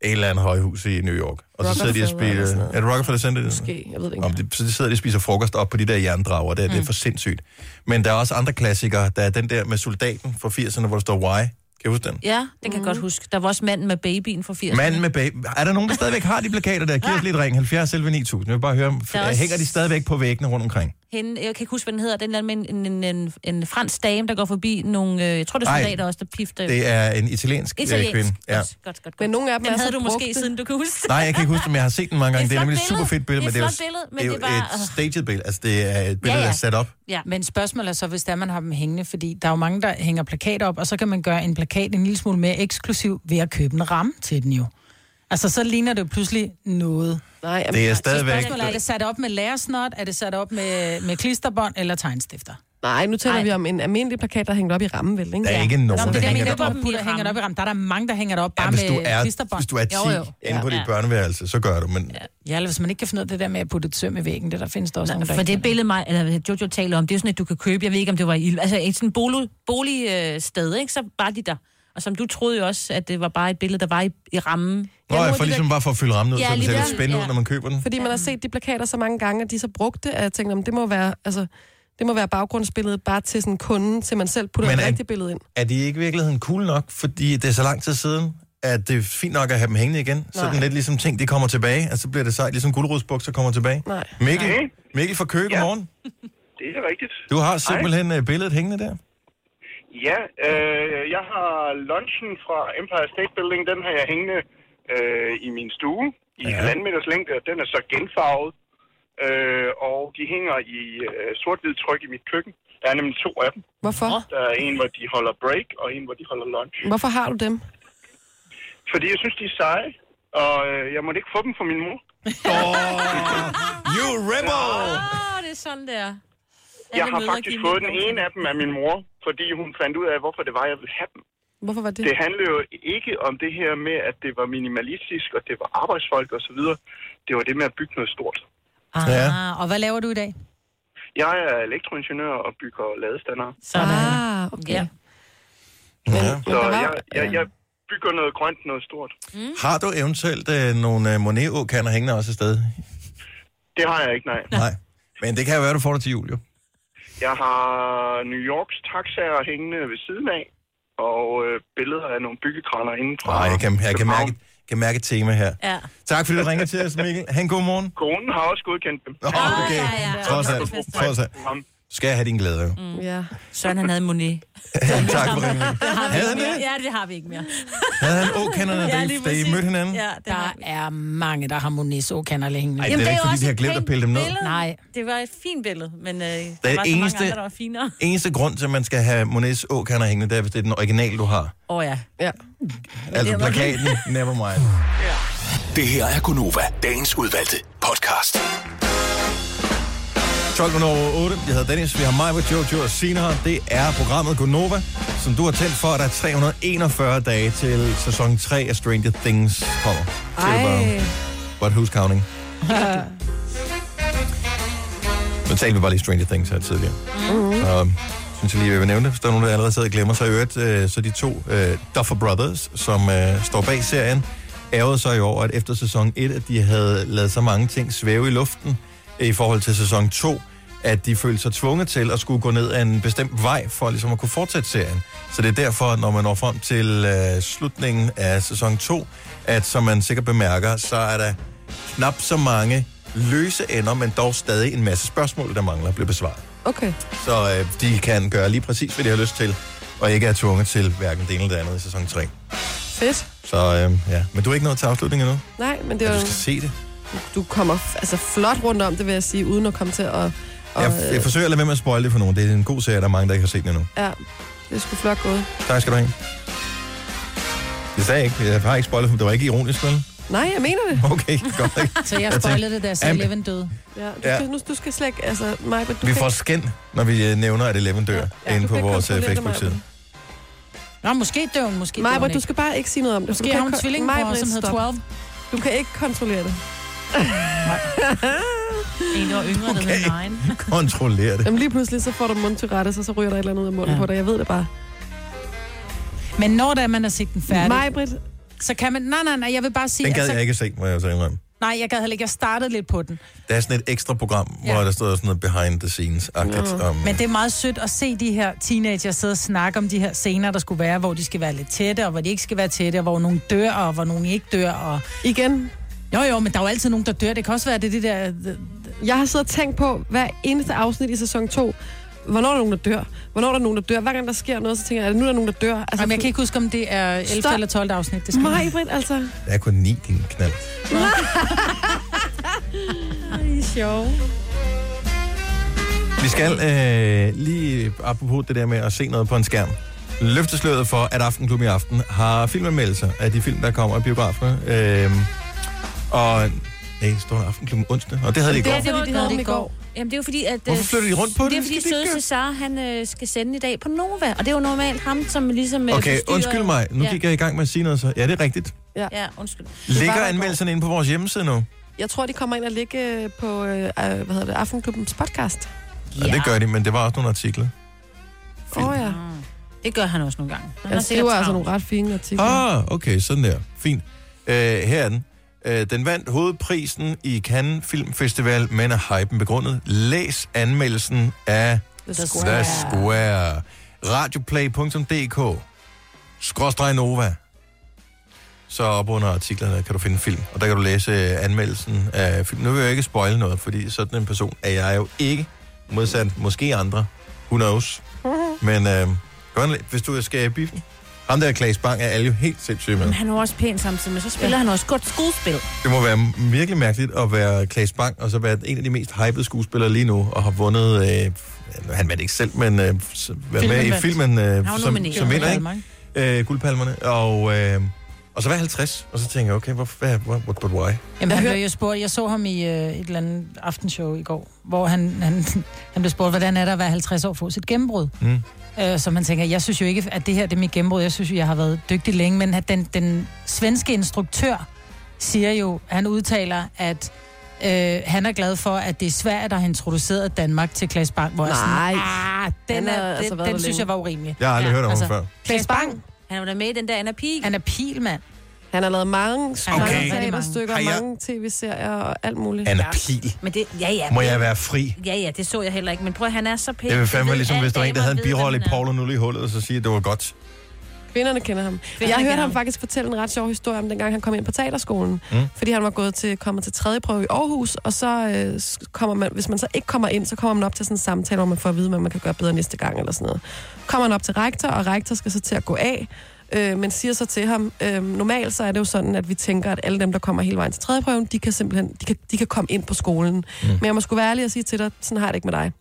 et eller andet højhus i New York. Og så sidder de og
Rockefeller eller sådan
spiser...
noget.
Er det Rockefeller Center? det?
Måske, jeg ved det ikke.
Om de, så de sidder de og spiser frokost op på de der jerndrager, det, er- det er for
Mm.
sindssygt. Men der er også andre klassikere. Der er den der med soldaten fra 80'erne, hvor der står Y. Kan du huske den?
Ja, det kan jeg godt huske. Der var også manden med babyen fra 80'erne.
Manden med baby. Er der nogen, der stadigvæk har de plakater der? Giv os lidt ring. 70 11 9000. Jeg vil bare høre, om-
er også-
hænger de stadigvæk på væggene rundt omkring?
Hende, jeg kan ikke huske, hvad den hedder. Den der med en, en, en, en fransk dame, der går forbi nogle... øh, Jeg tror, det er
Ej,
soldater også, der pifter.
Det er en italiensk, italiensk. kvinde.
Ja.
Ja.
Godt, godt, godt.
Men nogle af dem
den
er
havde
så
du måske,
brugte.
siden du kan huske.
Nej, jeg kan ikke huske det, men jeg har set den mange gange.
Det
Det
er
er
et
nemlig et
flot
super fedt billede, men det er,
billede.
jo, det
Det er et flot
er jo
billede, men det er
et
bare-
staged billede. Altså, det er et billede,
Ja,
der
ja.
er sat op.
Ja.
Men spørgsmålet er så, hvis det er, man har dem hængende, fordi der er jo mange, der hænger plakater op, og så kan man gøre en plakat en lille smule mere eksklusiv ved at købe en ramme til den jo. Altså, så ligner det jo pludselig noget.
Nej, jamen,
Det er
Så
stadigvæk...
spørgsmålet er, er det sat op med lærersnot, er det sat op med, med klisterbånd eller tegnstifter?
nej, nu taler
Nej.
vi om en almindelig plakat, der er hængt op i rammen, vel? Ikke?
Der er ikke nogen,
Nå, men
der
det er
hænger
min
det op.
op i
der hænger det op i rammen. Der er der mange, der hænger det op bare
Ja, hvis du
med
er,
klisterbånd.
hvis du er 10
Jo, jo.
inde på
Ja.
dit børneværelse, så gør du, men
Ja, eller hvis man ikke kan finde ud af det der med at putte et søm i væggen, det der findes der også
Nå,
nogle, der
For
ikke
det
kan.
billede, mig, eller Jojo taler om, det er jo sådan, at du kan købe, jeg ved ikke, om det var i, altså et sådan bolig, boligsted, ikke? Så var de der. Og som du troede jo også, at det var bare et billede, der var i, i rammen.
Nå, jeg får ligesom bare for at fylde rammen ud,
Ja,
så den
lige
ser lidt
der.
spændende ud,
Ja.
når man køber den.
Fordi man har set de plakater så mange gange, at de er så brugte, at jeg tænkte, om det må være, altså, det må være baggrundsbilledet bare til sådan kunden, til man selv putter
Men
et
er-
rigtigt billede ind.
er de ikke i virkeligheden cool nok, fordi det er så lang tid siden, at det er fint nok at have dem hængende igen. Nej. Sådan lidt ligesom ting, de kommer tilbage, og så bliver det sejt, ligesom guldrodsbukser kommer tilbage.
Nej.
Mikkel,
Nej.
Mikkel fra Køge, ja. morgen.
Det er rigtigt.
Du har simpelthen Ej. billedet hængende der.
Ja, øh, jeg har lunchen fra Empire State Building. Den har jeg hængende øh, i min stue i
Ja.
ja. halvanden meters længde, og den er så genfarvet. Øh, og de hænger i øh, sort-hvid tryk i mit køkken. Der er nemlig to af dem.
Hvorfor?
Der er en, hvor de holder break, og en, hvor de holder lunch.
Hvorfor har du dem?
Fordi jeg synes, de er seje, og øh, jeg måtte ikke få dem fra min mor.
You rebel!
Åh, det er sådan der.
Jeg har faktisk fået den ene af dem af min mor, fordi hun fandt ud af, hvorfor det var, jeg ville have dem.
Hvorfor var det?
det handlede jo ikke om det her med, at det var minimalistisk, og det var arbejdsfolk og så videre. Det var det med at bygge noget stort.
Ja.
Ah, og hvad laver du i dag?
Jeg er elektroingeniør og bygger ladestander.
Sådan.
Ah, okay.
Ja.
Men,
Ja.
men
Så
der var,
jeg, jeg, jeg bygger noget grønt, noget stort.
Har du eventuelt øh, nogle øh, monet kander hængende også et sted?
Det har jeg ikke, nej.
Nej. Men det kan jo være, du får det til jul, jo.
Jeg har New Yorks taxaer hængende ved siden af, og øh, billeder af nogle byggekraner indenfra.
Nej, jeg kan, jeg kan,
København.
mærke, kan mærke et tema her.
Ja.
Tak fordi du ringer til os, Mikkel. Ha' en god morgen.
Konen har også godkendt dem.
Nå, okay.
ja, ja.
Trods alt. Trods alt.
Ham.
Skal jeg have din glæde? Mm.
Ja.
Søren, han havde Monet.
tak for ringen.
Det har vi
Havde
ikke
han
mere.
det?
Ja, det har vi ikke mere.
Havde han Å Canada, da, I- da I mødte hinanden?
Ja, det
Der
har vi.
er mange, der har Monis og kanaler hængende.
Ej, det er da
jo
ikke, fordi
også
de har
et
glemt at
pænt
pille dem ned.
billede.
Nej.
Det var et fint billede, men øh, der var så mange
eneste-
andre, der var finere.
Eneste grund til, at man skal have Monets Å Canada hængende, det er, hvis det er den original, du har.
Åh oh, ja.
ja.
Altså plakaten, never mind.
Det her er Gunova, dagens udvalgte podcast.
12 over 8. Jeg hedder Dennis, vi har mig med Jojo og Sina her. Det er programmet Gonova, som du har tændt for, at der er 341 dage til sæson 3 af Stranger Things kommer. Så det er bare- But who's counting? Nu talte vi bare lige Stranger Things her tidligere. Så synes jeg lige, jeg vil nævne det, hvis der er nogen, der allerede sidder og glemmer sig i øvrigt. øh, Så de to øh, Duffer Brothers, som øh, står bag serien, ærgede sig i år, at efter sæson 1, at de havde lavet så mange ting svæve i luften øh, i forhold til sæson 2, at de følte sig tvunget til at skulle gå ned ad en bestemt vej for ligesom at kunne fortsætte serien. Så det er derfor, når man når frem til øh, slutningen af sæson 2, at som man sikkert bemærker, så er der knap så mange løse ender, men dog stadig en masse spørgsmål, der mangler at blive besvaret.
Okay.
Så øh, de kan gøre lige præcis, hvad de har lyst til, og ikke er tvunget til hverken det ene eller det andet i sæson 3.
Fedt.
Så øh, ja, men du er ikke nået til afslutning endnu,
Nej, men
ja,
det er
du
jo,
skal se det.
du kommer f- altså flot rundt om det, vil jeg sige, uden at komme til at... Og, øh,
Jeg, jeg forsøger at lade være med at spoil det for nogen. Det er en god serie, der er mange, der ikke har set den endnu.
ja, det skulle flot gået.
Tak skal du have. Det sagde jeg ikke. Jeg har ikke spoilet, for det var ikke ironisk, vel?
Nej, jeg mener det.
Okay, godt.
Så jeg spoilede det, da
Jamen-
jeg sagde Eleven døde.
Ja, du,
Ja.
Skal, nu, du skal slet ikke... Altså, Maja, du
Vi
kan
får
ikke-
skænd, når vi øh, nævner, at Eleven dør,
Ja,
ja, inde
du
på
kan
vores øh,
kontrollere det,
Facebook-side.
Nå, måske dør hun, måske dør
Maja,
hun
du
ikke.
skal bare ikke sige noget om det. for du
Måske
kan
har hun
ikke-
tvillingbror,
Maj-Brit,
som hedder
stop.
12.
Du kan ikke kontrollere det.
En, der var yngre, okay. der hed Nine.
Kontroller det.
Jamen lige pludselig, så får du mundtyrette, og så ryger der et eller andet ud af munden ja.
Ja.
på dig. Jeg ved det bare.
Men når da man har set den færdig,
Majbrit,
så kan man... Nej, nej, nej, jeg vil bare sige...
Den gad
altså,
jeg ikke se, må jeg så indrømme.
Nej, jeg gad heller ikke. Jeg startede lidt på den.
Der er sådan et ekstra program,
Ja.
hvor der står sådan noget behind the scenes-agtigt. Om,
Men det er meget sødt at se de her teenager sidde og snakke om de her scener, der skulle være, hvor de skal være lidt tætte, og hvor de ikke skal være tætte, og hvor nogen dør, og hvor nogen ikke dør. Og...
igen.
Jo, jo, men der er jo altid nogen, der dør. Det kan også være, det er det der... øh,
Jeg har siddet og tænkt på hver eneste afsnit i sæson 2. Hvornår er der nogen, der dør? Hvornår er der nogen, der dør? Hver gang der sker noget, så tænker jeg, er det nu, der er nogen, der dør? Altså,
Jamen, jeg kan ikke huske, om det er 11.
Stop.
eller 12. afsnit. Det skal
Mig, Britt, altså.
Der er kun ni, din knald.
I er sjove.
Vi skal øh, lige, apropos det der med at se noget på en skærm, løfte sløret for, at Aftenklub i aften har filmanmeldelser af de film, der kommer i biograferne. Øh, og nej, står der Aftenklub onsdag, og det havde de i går.
Det er fordi, de havde den i går.
Jamen, det er jo fordi, at... øh,
Hvorfor flytter de rundt på det?
Det er fordi,
Skal de
søde
ikke-
Cesar, han øh, skal sende i dag på Nova, og det er jo normalt ham, som ligesom... øh,
Okay,
forstyrrer-
undskyld mig, nu
ja.
gik jeg i gang med at sige noget så. Ja, det er rigtigt.
Ja, undskyld.
Ligger
der i går.
anmeldelserne inde på vores hjemmeside nu?
Jeg tror, de kommer ind og ligge øh, på øh, øh, hvad hedder det, Aftenklubbens podcast.
Ja. ja, det gør de, men det var også nogle artikler.
Åh oh, ja.
Det gør han også nogle gange. Han
Jeg
har sikkert
skriver altså
travlt.
nogle ret fine artikler.
Ah, okay, sådan der. Fint. Øh, her er den. Øh, den vandt hovedprisen i Cannes Film Festival, men er hypen begrundet. Læs anmeldelsen af
The
The Square. Radioplay.dk Skråstreg Nova. Så op under artiklerne kan du finde film, og der kan du læse øh, anmeldelsen af film. Nu vil jeg jo ikke spoile noget, fordi sådan en person er jeg jo ikke. Modsat måske andre. Who knows? Men øh, gå ind og læ- hvis du skal i biffen, ham der Klaas Bang er alle jo helt sindssyge med.
Men han er jo også pæn samtidig, men så spiller ja. han også godt skuespil.
Det må være virkelig mærkeligt at være Claes Bang, og så være en af de mest hypede skuespillere lige nu, og har vundet, øh, han vandt ikke selv, men øh, s- været med i
vandt.
filmen, øh,
var
som,
nomineret.
som vinder,
Ja,
ikke?
mange.
Øh, guldpalmerne. Og, øh, og så var 50, og så tænker jeg, okay, hvor, hvad, what, what, but why?
Jamen, han blev jo spurgt, jeg så ham i øh, et eller andet aftenshow i går, hvor han, han, han blev spurgt, hvordan er der at være 50 år og få sit gennembrud?
Mm.
Øh, så man tænker, jeg synes jo ikke, at det her det er mit gennembrud. Jeg synes jo, jeg har været dygtig længe, men at den, den svenske instruktør siger jo, han udtaler, at øh, han er glad for, at det er Sverige, der har introduceret Danmark til Klaas Bang. Hvor jeg
Nej.
Sådan, ah, den,
Han har
er,
altså
den,
været der
den synes
længe.
jeg var urimelig.
Jeg har aldrig ja,
Ja,
hørt om altså,
altså.
før.
Klaas Bang.
Han var da med i den der Anna Pig.
Han er pil, mand.
Han har lavet mange
har
store
lavet
okay.
rigtig mange.
teaterstykker,
Har jeg-
mange tv-serier og alt muligt.
Anna Pil,
Men det, ja, ja.
må
men-
jeg være fri?
Ja, ja, det så jeg heller ikke. Men prøv at, han er så pæn.
Det vil
Jeg
fandme
ved,
ligesom,
alle
hvis der var en, der
damer
havde en
ved, hvem
birolle i
han er.
Paul og Nulle i hullet, og så siger, at det var godt.
Kvinderne kender ham. Kvinderne jeg
kender
hørte ham
ham.
faktisk fortælle en ret sjov historie om dengang han kom ind på teaterskolen. Mm. Fordi han var gået til, kommet til tredje prøve i Aarhus, og så øh, s- kommer man, hvis man så ikke kommer ind, så kommer man op til sådan en samtale, hvor man får at vide, hvad man kan gøre bedre næste gang eller sådan noget. Kommer man op til rektor, og rektor skal så til at gå af, øh, men siger så til ham, øh, normalt så er det jo sådan, at vi tænker, at alle dem, der kommer hele vejen til tredje prøven, de kan simpelthen de kan, de kan komme ind på skolen. Mm. Men jeg må sgu være ærlig og sige til dig, sådan har jeg det ikke med dig.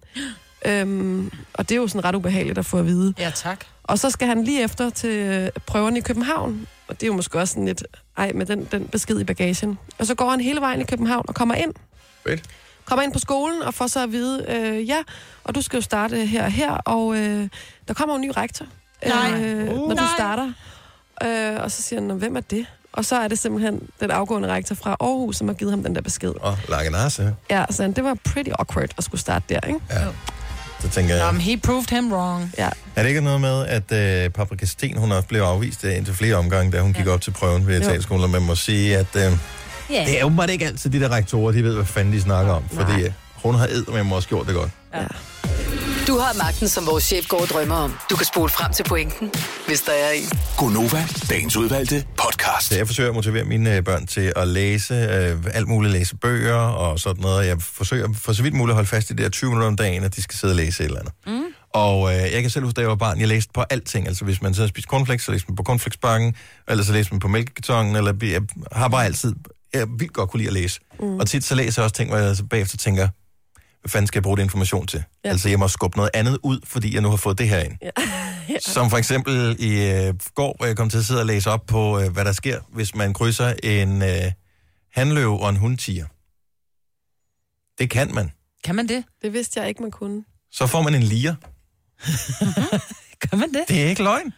Øhm, og det er jo sådan ret ubehageligt at få at vide.
Ja, tak.
Og så skal han lige efter til øh, prøverne i København. Og det er jo måske også sådan lidt, ej, med den, den besked i bagagen. Og så går han hele vejen i København og kommer ind.
Fedt.
Kommer ind på skolen og får så at vide, øh, ja, og du skal jo starte her og her, og øh, der kommer jo en ny rektor,
Nej.
Øh, når du
Nej.
starter. Øh, og så siger han, "Nå, hvem er det? Og så er det simpelthen den afgående rektor fra Aarhus, som har givet ham den der besked.
Og lange nasse.
Ja, så han, det var pretty awkward at skulle starte der, ikke?
Så tænker
Nå, men
jeg,
he proved him wrong.
Ja.
er det ikke noget med, at øh, Paprika Sten, hun også blev afvist øh, indtil flere omgange, da hun gik op til prøven ved teaterskolen, og man må sige, at øh,
Ja.
det er åbenbart ikke altid de der rektorer, de ved, hvad fanden de snakker om, fordi øh, hun har eddermame også gjort det godt.
Du har magten, som vores chef går og drømmer om. Du kan spole frem til pointen, hvis der er en.
Gonova, dagens udvalgte podcast.
Så jeg forsøger at motivere mine øh, børn til at læse øh, alt muligt, læse bøger og sådan noget. Jeg forsøger for så vidt muligt at holde fast i det der 20 minutter om dagen, at de skal sidde og læse et eller andet. Mm. Og øh, jeg kan selv huske, da jeg var barn, jeg læste på alting. Altså hvis man så spiste cornflakes, så læste man på cornflakesbakken, eller så læste man på mælkekartongen, eller jeg har bare altid, jeg vildt godt kunne lide at læse. Mm. Og tit så læser jeg også ting, hvor jeg så bagefter tænker, hvad fanden skal jeg bruge det information til? Ja.
Ja.
Altså jeg må skubbe noget andet ud, fordi jeg nu har fået det her ind. Som for eksempel i øh, går, hvor jeg kom til at sidde og læse op på, øh, hvad der sker, hvis man krydser en øh, handløv og en hundtiger. Det kan man.
Kan man det?
Det vidste jeg ikke, man kunne.
Så får man en lier.
Kan man det?
Det er ikke løgn.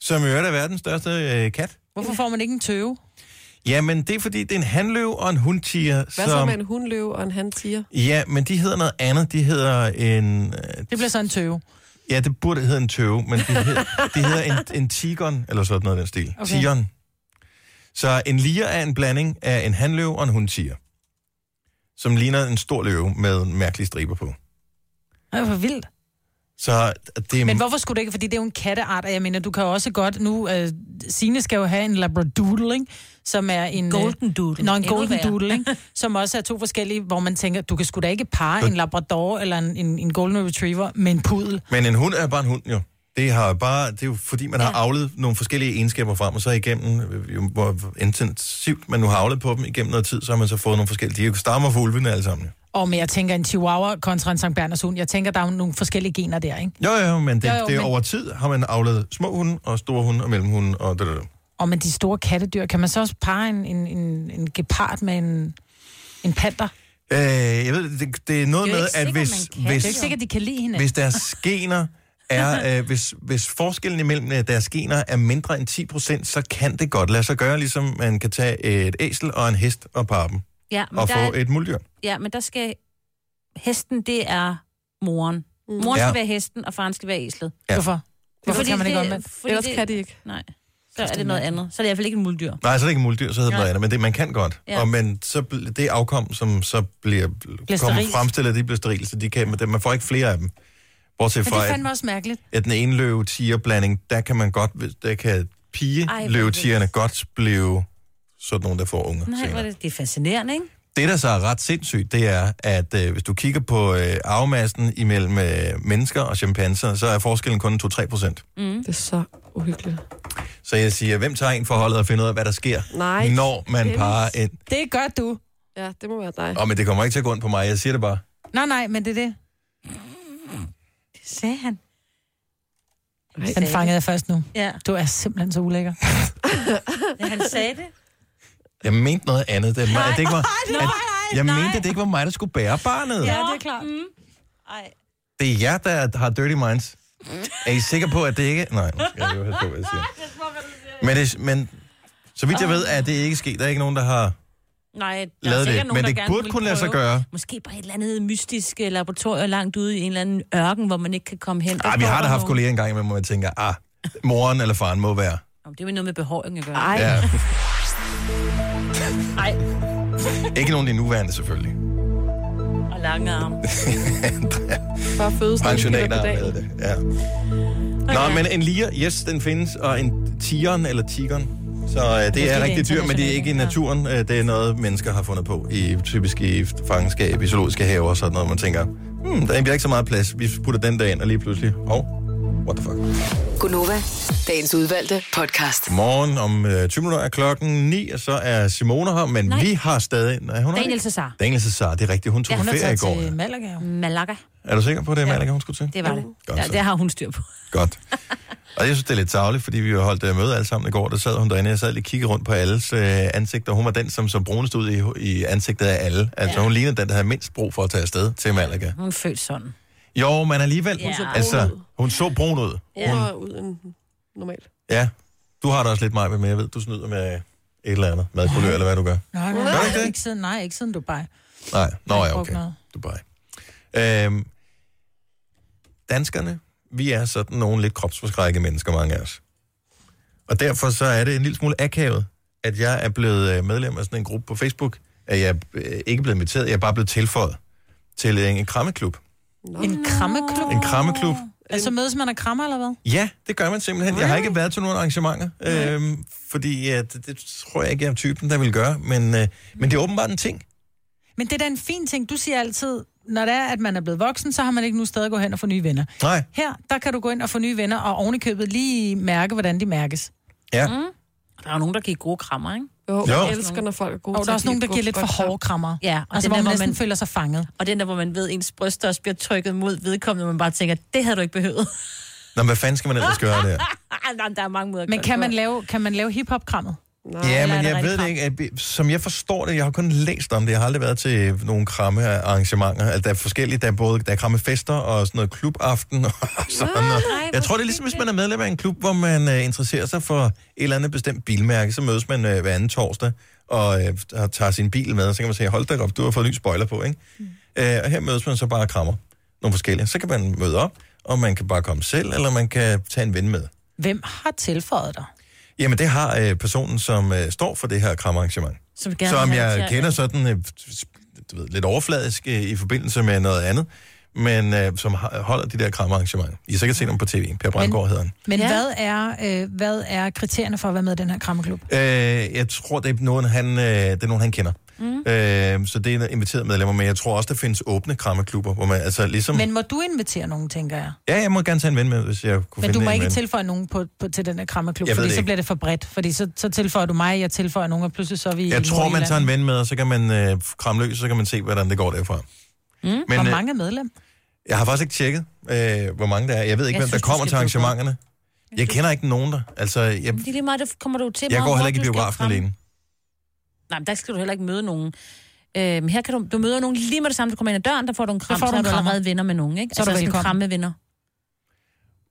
Som i øvrigt er verdens største øh, kat.
Hvorfor får man ikke en tøve?
Jamen, det er fordi, det er en handløv og en hundtiger,
Hvad så
som...
med en hundløve og en handtiger?
Ja, men de hedder noget andet. De hedder en... øh,
Det bliver så en tøve.
Ja, det burde hedde en tøve, men det hedder, det hedder en, en tigon, eller sådan noget i den stil. Okay.
Okay.
Tigeren. Så en lier er en blanding af en handløve og en hundtiger, som ligner en stor løve med mærkelige striber på.
Det var vildt.
Så det er...
Men hvorfor skulle det ikke? Fordi det er jo en katteart, og jeg mener, du kan jo også godt nu... Øh, Signe skal jo have en labradoodle, ikke? Som er en... øh,
Golden doodle.
Nå, en
Endnu
golden
værre.
doodle, ikke? Som også er to forskellige, hvor man tænker, du kan sgu da ikke parre
Øh.
en labrador eller en, en, en golden retriever med en pudel.
Men en hund er bare en hund, jo. Det, har bare, det er jo fordi, man har avlet nogle forskellige egenskaber frem, og så igennem, øh, jo, hvor intensivt man nu har avlet på dem igennem noget tid, så har man så fået nogle forskellige. De er jo stammer fra ulvene alle sammen. jo.
Og men jeg tænker en chihuahua kontra en Sankt Berners hund. Jeg tænker, der er jo nogle forskellige gener der, ikke?
Jo, jo, men det, jo,
Jo,
jo,
jo,
det er men...
men-
over tid, har man avlet små hunde, og store hunde, og mellemhunde, og det, det, det.
Og med de store kattedyr, kan man så også parre en, en, en, en gepard med en, en panter?
Øh, jeg ved, det- det, det er noget
Det er jo
med,
ikke
at
sikkert,
hvis,
man kan.
hvis,
Det
Det er ikke sikkert, at de kan lide hinanden.
hvis deres gener er, øh, hvis, hvis forskellen imellem øh, deres gener er mindre end 10%, så kan det godt lade sig gøre, ligesom man kan tage et æsel og en hest og parre dem,
Ja, men
og
der
få
er-
et muldyr.
Ja, men der skal... Hesten, det er moren.
Mm.
Moren
Ja.
skal være hesten, og faren skal være æslet.
Ja.
Hvorfor? Hvorfor
Fordi
kan man ikke
det-
omvendt?
fordi
Ellers
det-
kan de ikke.
Nej, så er det noget andet. Så er det i hvert fald ikke en muldyr.
Nej, så er det ikke en muldyr, så hedder det noget andet, men det man kan godt.
Ja.
Og men så bl- det afkom, som så bliver, kommer
sterilt.
fremstillet, de bliver sterile, så de kan, men det- man får ikke flere af dem. Bortset
Men
fra,
det
at
fandt mig også mærkeligt.
at den ene løve-tiger-blanding, der kan man godt, der kan pige
Ej, hvor
løvetigerne godt blive sådan nogle, der får unger
Nej, hvor
senere.
er det, det er fascinerende, ikke?
Det, der så er ret sindssygt, det er, at øh, hvis du kigger på øh, arvemassen imellem øh, mennesker og chimpanser, så er forskellen kun 2-3 procent.
Det er så uhyggeligt.
Så jeg siger, hvem tager en forholdet og finder ud af, hvad der sker,
Nej,
når man
Dennis.
parer ind?
Det gør du.
Ja, det må være dig.
Åh, oh, men det kommer ikke til at gå ondt på mig, jeg siger det bare.
Nej, nej, men det er det.
Det sagde han.
Den fangede jeg først nu.
Ja,
Du er simpelthen så ulækker.
ja han sagde det.
Jeg mente noget andet. Det, nej, at det ikke var, at, jeg
nej.
mente, at det ikke var mig, der skulle bære barnet.
Ja, det er klart. Mm. Ej.
Det er jer, der har dirty minds. Er I sikre på, at det ikke... Nej, nu skal jeg jo have på, hvad jeg siger. Men, det, men så vidt jeg ved, er det ikke sket. Der er ikke nogen, der har
Nej, der er
lavet
sikkert
det.
nogen,
Men
der
det
gerne
burde
vil
kunne lade sig
prøve.
gøre.
Måske bare et eller andet mystisk øh, laboratorium langt ude i en eller anden ørken, hvor man ikke kan komme hen.
Ej, vi har da haft kolleger engang, hvor man tænker, ah, moren eller faren må være.
Nå, Det er jo noget med behåring at gøre.
Ej, ja.
Ja.
Ej.
Ikke nogen af de nuværende, selvfølgelig.
Og lange arm.
Bare fødested
Pensionater
på
med
dagen.
det, ja. Nå, men en liger, yes, den findes, og en tigeren eller tigeren. Så øh, det,
det
er
er
rigtig dyr, men det er
internationalt,
ikke i
ja.
naturen. Øh, det er noget, mennesker har fundet på i typisk i fangenskab, i zoologiske haver og sådan noget. Man tænker, hmm, der bliver ikke så meget plads. Vi putter den der ind, og lige pludselig, hov, what the fuck.
Gunova, dagens udvalgte podcast.
Morgen om øh, 20 minutter er klokken 9, og så er Simone her, men Nej. vi har stadig... Nej, hun er
Daniel
ikke.
Cesar.
Daniel Cesar, det er rigtigt. Hun tog
Hun
ja,
er
ferie i
taget
går.
til
ja.
Malaga. jo.
Malaga.
Er du sikker på, at det er Malaga, hun skulle til?
Det var det.
Godt
Ja,
så.
det har hun styr på.
Godt. Og jeg synes, det er lidt tavligt, fordi vi holdt øh, møde alle sammen i går. Der sad hun derinde, jeg sad lige og kiggede rundt på alles øh, ansigter. Hun var den, som så brunest ud i, i ansigtet af alle. Altså, ja. hun lignede den, der havde mindst brug for at tage afsted til Malaga.
Hun er født sådan.
Jo, men alligevel,
Hun så brun
altså,
ud.
hun så brun ud.
Brugere ud end normalt.
Ja, du har da også lidt meget med, men jeg ved, du snyder med et eller andet madkulør, eller hvad du gør.
Nej, nej,
Gør du ikke det?
nej, ikke siden, nej, ikke siden Dubai.
Nej, nå
har
ja,
brugt
okay.
noget.
Dubai. Øhm, danskerne, vi er sådan nogle lidt kropsforskrække mennesker, mange af os. Og derfor så er det en lille smule akavet, at jeg er blevet øh, medlem af sådan en gruppe på Facebook, at jeg øh, ikke er blevet inviteret, jeg er bare blevet tilføjet til øh, en, en krammeklub.
Nå.
En krammeklub?
En krammeklub.
Altså mødes man af krammer, eller hvad?
Ja, det gør man simpelthen. Jeg har ikke været til nogen arrangementer, øh, fordi ja, det, det tror jeg ikke, jeg er typen, der vil gøre, men, øh, men det er åbenbart en ting.
Men det er da en fin ting. Du siger altid, når det er, at man er blevet voksen, så har man ikke nu stadig gået hen og få nye venner.
Nej,
Her, der kan du gå ind og få nye venner, og ovenikøbet lige mærke, hvordan de mærkes.
ja.
Mm. Der er jo nogen, der giver gode krammer, ikke?
Jo,
Jo.
jeg elsker, når folk er gode
Og der
til
er
at
også
give
nogen, der
et
giver lidt
godt
for hårde krammer.
Ja, og
Altså,
den
hvor
der,
man
hvor
næsten
man,
føler sig fanget.
og den der, hvor man ved, ens bryster også bliver trykket mod vedkommende, hvor man bare tænker, det havde du ikke behøvet.
Nå, men hvad fanden skal man ellers gøre der?
Ah, nej, der er mange måder at
Men
gøre
kan
det
man
på.
lave, kan man lave hiphop-krammet?
Nej,
Ja,
Eller er
men
det
jeg
rigtig
ved det ikke. At vi- Som jeg forstår det, jeg har kun læst om det. Jeg har aldrig været til nogle kramme arrangementer. Altså, der er forskellige. Der er både der er krammefester og sådan noget klubaften og sådan noget. Jeg tror, det er ligesom, hvis man er medlem af en klub, hvor man øh, interesserer sig for et eller andet bestemt bilmærke. Så mødes man øh, hver anden torsdag og, øh, og tager sin bil med. Og så kan man sige, hold da op, du har fået ny spoiler på, ikke?
Mm.
Øh, og her mødes man så bare og krammer. Nogle forskellige. Så kan man møde op, og man kan bare komme selv, eller man kan tage en ven med.
Hvem har tilføjet dig?
Jamen, det har øh, personen, som øh, står for det her krammearrangement
Som, gerne
som
vil have
jeg
til at-
kender sådan øh, du ved, lidt overfladisk øh, i forbindelse med noget andet, men øh, som har- holder de der krammearrangementer. I har sikkert set dem på tv. Per Brandgaard hedder han.
Men
Ja.
ja. hvad, er, øh, hvad er kriterierne for at være med i den her krammeklub?
Øh, jeg tror, det er nogen, han, øh, det er nogen, han kender. Mm. Øh, så det er inviteret medlemmer, men jeg tror også, der findes åbne krammeklubber, hvor man altså ligesom... Men...
Men må du invitere nogen, tænker jeg?
Ja, jeg må gerne tage en ven med, hvis jeg kunne
Men
finde
du må
en
ikke
ven.
tilføje nogen på, på, til den her krammeklub,
Jeg ved
fordi
det
så
ikke.
bliver det for bredt. Fordi så, så tilføjer du mig, jeg tilføjer nogen, og pludselig så er vi i
Jeg tror, man
Nordjylland.
tager en ven med, og så kan man øh, kramme løs, og så kan man se, hvordan det går derfra. Mm. Men
Hvor
øh,
mange er medlem?
jeg har faktisk ikke tjekket, øh, hvor mange der er. Jeg ved ikke,
Jeg
hvem
synes,
der
du
kommer
skal
til
blive god.
arrangementerne. Jeg kender ikke nogen der. Altså, jeg,
Det er lige meget, det kommer du til.
Jeg
meget
går heller ikke
hurtigt,
i
du skal
biografen
frem.
alene.
Nej, men der skal du heller ikke møde nogen. Øhm, her kan du, du møder nogen lige med det samme, du kommer ind ad døren, der får du en kram,
får
så
du
er
en
du
krammer.
allerede venner med nogen, ikke?
Så er du
altså,
velkommen.
kramme venner.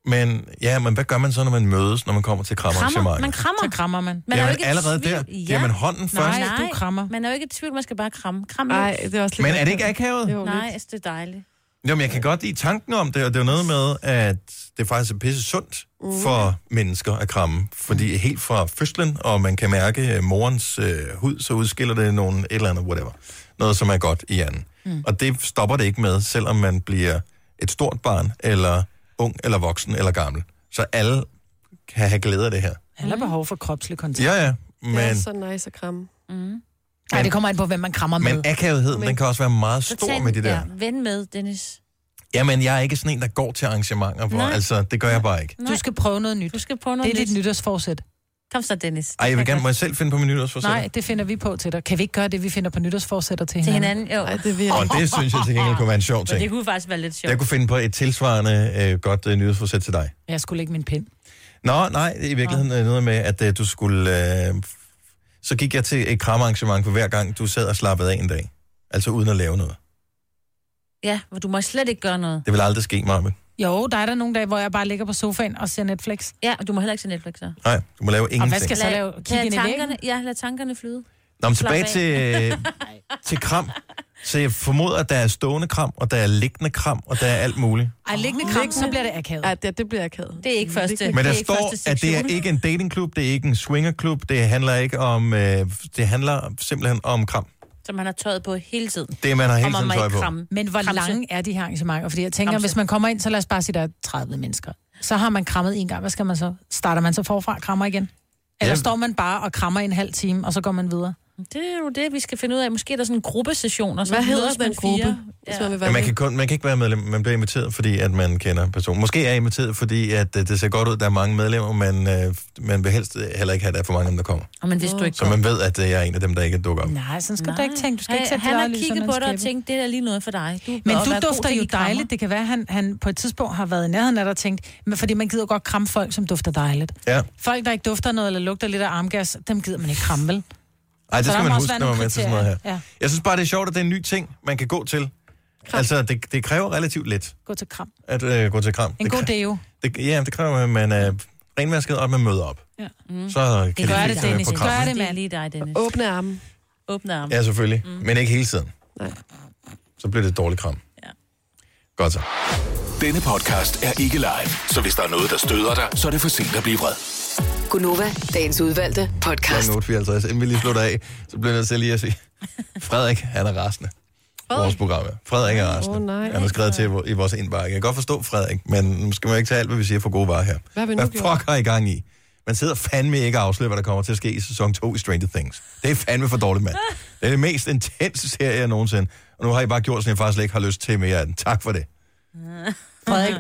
Men, ja, men hvad gør man så, når man mødes, når man kommer til
Krammer,
krammerarrangementer?
man krammer.
Så krammer man.
Man er jo
Jamen,
ikke i
allerede
tvivl.
der
Ja.
giver man hånden
Nej,
først.
Nej.
du krammer.
Man er jo ikke i tvivl, man skal bare kramme. Kramme.
Nej,
løs.
det er også lidt...
Men er det ikke akavet?
Jo,
Nej,
lidt.
altså, det er dejligt.
Jo, men jeg kan godt lide tanken om det, og det er jo noget med, at det faktisk er pisse sundt for mennesker at kramme. Fordi helt fra fødslen, og man kan mærke øh, morens øh, hud, så udskiller det nogle et eller andet, whatever. Noget, som er godt i hjernen. Mm. Og det stopper det ikke med, selvom man bliver et stort barn, eller ung, eller voksen, eller gammel. Så alle kan have glæde af det her.
Alle har behov for kropslig kontakt.
Ja, ja. Men...
Det er så nice at kramme.
Nej, det kommer an på, hvem man krammer med.
Men akavetheden, den kan også være meget
Så
stor
tag
med det
den-
der.
Ja, ven med, Dennis.
Jamen, jeg er ikke sådan en, der går til arrangementer, hvor
Nej.
altså, det gør jeg bare ikke.
Du skal prøve noget nyt.
Du skal prøve
Det
noget
er dit nytårsforsæt.
Kom så, Dennis.
Ej, jeg vil gerne, må jeg selv finde på min nytårsforsæt?
Nej, det finder vi på til dig. Kan vi ikke gøre det, vi finder på nytårsforsætter til
Til
hinanden?
hinanden, jo.
Nej, det vil jeg
Og
ikke.
det synes jeg til gengæld kunne være en sjov
Men det
ting.
kunne faktisk være lidt sjovt.
Jeg kunne finde på et tilsvarende øh, godt øh, nyhedsforsæt til dig.
Jeg skulle lægge min pind.
Nå, nej, i virkeligheden øh, noget med, at øh, du skulle... Øh, så gik jeg til et kramarrangement for hver gang, du sad og slappede af en dag. Altså uden at lave noget.
Ja, hvor du må slet ikke gøre noget.
Det vil aldrig ske, Marme.
Jo, der er der nogle dage, hvor jeg bare ligger på sofaen og ser Netflix.
Ja, og du må heller ikke se Netflix, så.
Nej, du må lave ingenting.
hvad skal Jeg så lave- kigge
lad
ind i
tankerne, ja, lad tankerne flyde.
Nå, men tilbage
Slap
til, øh, til kram. Så jeg formoder, at der er stående kram, og der er liggende kram, og der er alt muligt.
Ej, liggende kram, så bliver det akavet.
Ja, det, det bliver jeg ked.
Det er ikke første.
Men der
det er ikke
står,
første
at det er
sektion.
ikke en datingklub, det er ikke en swingerklub, det handler ikke om, øh, det handler simpelthen om kram.
som han har tøjet på hele tiden.
Det, man har
Og
hele
man
tiden
må
tøj
ikke
på.
kramme.
Men hvor
Kramse.
lange er de her arrangementer? Fordi jeg tænker,
Kramse.
hvis man kommer ind, så lad os bare sige, der er 30 mennesker. Så har man krammet en gang. Hvad skal man så? Starter man så forfra og krammer igen? Eller
Ja.
står man bare og krammer i en halv time, og så går man videre?
Det er jo det, vi skal finde ud af. Måske er der sådan en gruppesession, og så
Hvad hedder
mødes
den
man
gruppe,
fire.
hvis
Ja.
man vil være
Ja, man,
med?
kan kun, man kan ikke være medlem. Man bliver inviteret, fordi at man kender personen. Måske er jeg inviteret, fordi at øh, det ser godt ud, der er mange medlemmer, men øh, man vil helst heller ikke have, at der er for mange af dem, der kommer.
Og men hvis du ikke
Så man ved, at øh, jeg er en af dem, der ikke dukker op.
Nej, sådan skal Nej. du ikke tænke. Du skal
han,
ikke sætte
han
dit
har
eget lys
kigget
under
på
en
dig og
skæppe.
tænkt, det er da lige noget for dig. Du
Men
bør være
du
god
dufter
til
jo
de krammer.
dejligt. Det kan være, at han, han på et tidspunkt har været i nærheden af dig og tænkt, men fordi man gider godt kramme folk, som dufter dejligt.
Ja.
Folk, der ikke dufter noget eller lugter lidt af armgas, dem gider man ikke kramme, vel?
Ej, det
Så
skal
der
man
må også
huske,
være
når man er
nogle
med til sådan noget her.
kriterier. Ja.
Jeg synes bare, det er sjovt, at det er en ny ting, man kan gå til. Altså, det, det kræver relativt lidt
Gå til kram.
at øh, gå til kram.
En
det,
god
krä-
deo.
Det, ja, det kræver, at man er renvasket, og at man møder op.
Ja.
Mm. Så kan
Det gør
de
det,
fleste være
Dennis.
på
Det
kram.
gør det,
Det er
mand. lige dig, Dennis.
Åbne armen.
Åbne armen.
Ja, selvfølgelig. Mm. Men ikke hele tiden.
Nej.
Så bliver det et dårligt kram. Ja. Godt så.
Denne podcast er ikke live, så hvis der er noget, der støder dig, så er det for sent at blive vred.
Gunova, dagens udvalgte podcast.
Klokken 8.54. Inden vi lige slutter af, så bliver jeg nødt til lige at sige, Frederik, han er rasende. Vores program er. Frederik er rasende.
Åh, nej.
han har skrevet til i vores indbakke. Jeg kan godt forstå Frederik, men nu skal man ikke tage alt, hvad vi siger for gode varer her.
Hvad har vi nu
hvad
gjort?
fuck har I gang i? Man sidder fandme ikke og afslører, hvad der kommer til at ske i sæson 2 i Stranger Things. Det er fandme for dårligt, mand. Det er det mest intense serie, jeg nogensinde. Og nu har I bare gjort, sådan jeg faktisk slet ikke har lyst til mere af den. Tak for det.
Frederik,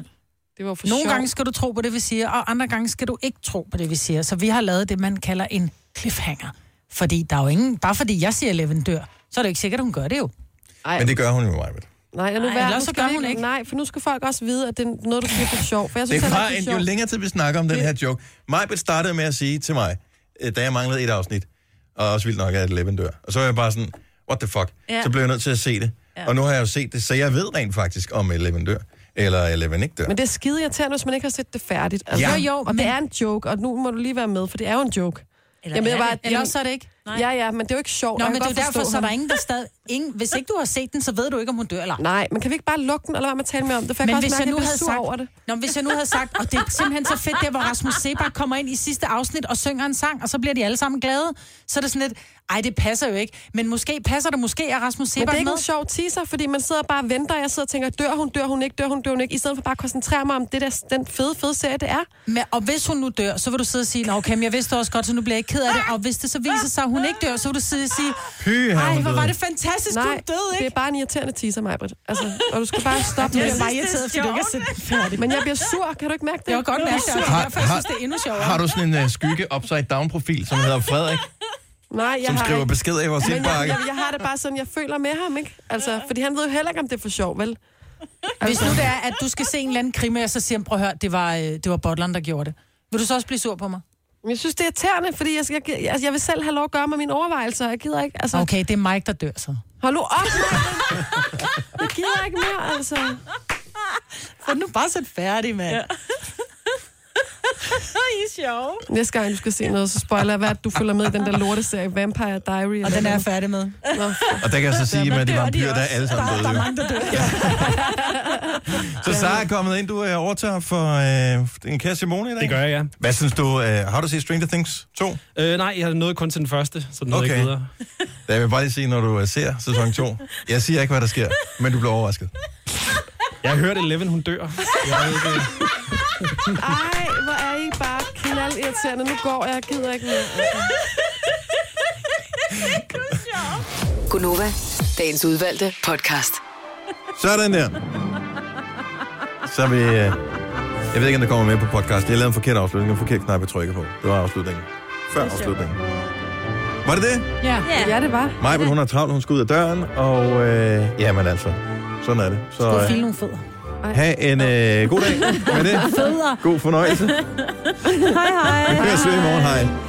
Det var for
Nogle
sjov.
gange skal du tro på det, vi siger, og andre gange skal du ikke tro på det, vi siger. Så vi har lavet det, man kalder en cliffhanger. Fordi der er jo ingen... Bare fordi jeg siger, at Eleven dør, så er det jo ikke sikkert, at hun gør det jo.
Ej,
Men det gør hun jo med mig. Ved.
nej, lad nu
Ej,
være.
ellers så
Nu skal
gør
vi
hun ikke.
Nej, for nu skal folk også vide, at det er noget, du siger for sjov. For jeg synes,
Det er
heller
bare,
ikke,
en,
det er
jo
sjovt.
længere tid vi snakker om den her joke. Majbet startede med at sige til mig, øh, da jeg manglede et afsnit, og også vildt nok, at Eleven dør. Og så var jeg bare sådan, what the fuck? Ja.
Ja.
Så blev jeg nødt til at se det. Ja. Og nu har jeg jo set det, så jeg ved rent faktisk, om Eleven dør, eller Eleven ikke dør.
Men det er skide irriterende, hvis man ikke har set det færdigt. Altså,
Ja.
jo, jo, og men... det er en joke, og nu må du lige være med, for det er jo en joke.
Eller
Jamen,
er
jeg bare,
det?
Eller også så er det ikke.
Ja, ja, men det er jo ikke sjovt.
Nå,
og jeg
men det er
kan
jo
godt
derfor,
forstå
så er der
ham.
ingen, der stadig... Ingen, hvis ikke du har set den, så ved du ikke, om hun dør eller ej.
Nej, men kan vi ikke bare lukke den, eller hvad med at tale med om det? For jeg
Men
kan
hvis
også
jeg,
mærke,
nu
at jeg
havde
bliver sur
sagt,
over det.
Nå, men hvis jeg nu havde sagt, og det er simpelthen så fedt, der hvor Rasmus Sebak kommer ind i sidste afsnit og synger en sang, og så bliver de alle sammen glade, så er det sådan lidt, ej, det passer jo ikke. Men måske passer det, måske er Rasmus
Men det
Sebak
er ikke
med.
en sjov teaser, fordi man sidder bare og venter, og jeg sidder og tænker, dør hun, dør hun ikke, dør hun, dør hun ikke, i stedet for bare at koncentrere mig om det der, den fede, fede serie, det er.
Men, og hvis hun nu dør, så vil du sidde og sige, Nå, okay, men jeg vidste også godt, så nu bliver jeg ikke ked af det. Og hvis det så viser sig, at hun ikke dør, så vil du sidde og sige,
Pyha, hun
ej, hvor
døde."
var det fantastisk,
Nej,
hun døde,
det
ikke?
er bare en irriterende teaser, Majbrit. Altså, og du skal bare stoppe med
Jeg er
det.
bare irriteret, fordi du ikke har set den færdig.
Men jeg bliver sur, kan du ikke mærke det?
Jeg var godt mærke, det, og
Har-
derfor jeg synes, det er endnu sjovere.
Har du sådan en uh, skygge upside down profil, som hedder Frederik,
Nej, jeg
som
har
skriver
ikke.
beskeder i vores
Men jeg,
indbakke?
jeg, jeg, har det bare sådan, jeg føler med ham, ikke? Altså, fordi han ved jo heller ikke, om det er for sjov, vel?
Hvis nu det er, at du skal se en eller anden krimi, og så siger han, prøv at høre, det var, øh, det var Botland, der gjorde det. Vil du så også blive sur på mig?
Men jeg synes, det er irriterende, fordi jeg, skal, jeg, altså, jeg vil selv have lov at gøre mig mine overvejelser. Jeg gider ikke, altså...
Okay, det er Mike, der dør så.
Hold nu op, Martin. Jeg gider ikke mere, altså.
Få nu bare sæt færdig, mand. Ja.
Næste gang, du skal se noget, så spoiler jeg, hvad du følger med i den der lorteserie Vampire Diary.
Og den er jeg færdig med.
Nå,
Og der kan jeg så sige, at de vampyrer, der er alle sammen døde. jo.
der dør.
Så Sara er kommet ind, du øh, overtager for øh, en kære Simone i dag.
Det gør jeg, ja.
Hvad synes du, øh, har du set Stranger Things 2?
Øh, nej, jeg nåede kun til den første, så den nåede
Okay.
okay. ikke videre.
Da jeg vil bare lige sige, når du øh, ser sæson 2. Jeg siger ikke, hvad der sker, men du bliver overrasket.
Jeg har hørt, at Eleven, hun dør. Jeg ved ikke, øh,
ej, hvor er I bare knald irriterende. Nu går jeg, jeg gider ikke mere.
Gunova, dagens udvalgte podcast.
Sådan der. Så er vi... Øh, jeg ved ikke, om det kommer med på podcast. Jeg lavede en forkert afslutning, og en forkert knap, jeg trykker på. Det var afslutningen. Før afslutningen. Var det det?
Ja.
Ja, det var.
Majbel, hun har travlt, hun skal ud af døren, og... Øh, jamen altså, sådan er det. Så
Du file
øh,
nogle fødder.
have en øh, god dag med det. God fornøjelse. hej, hej. Høres ved i morgen, hej.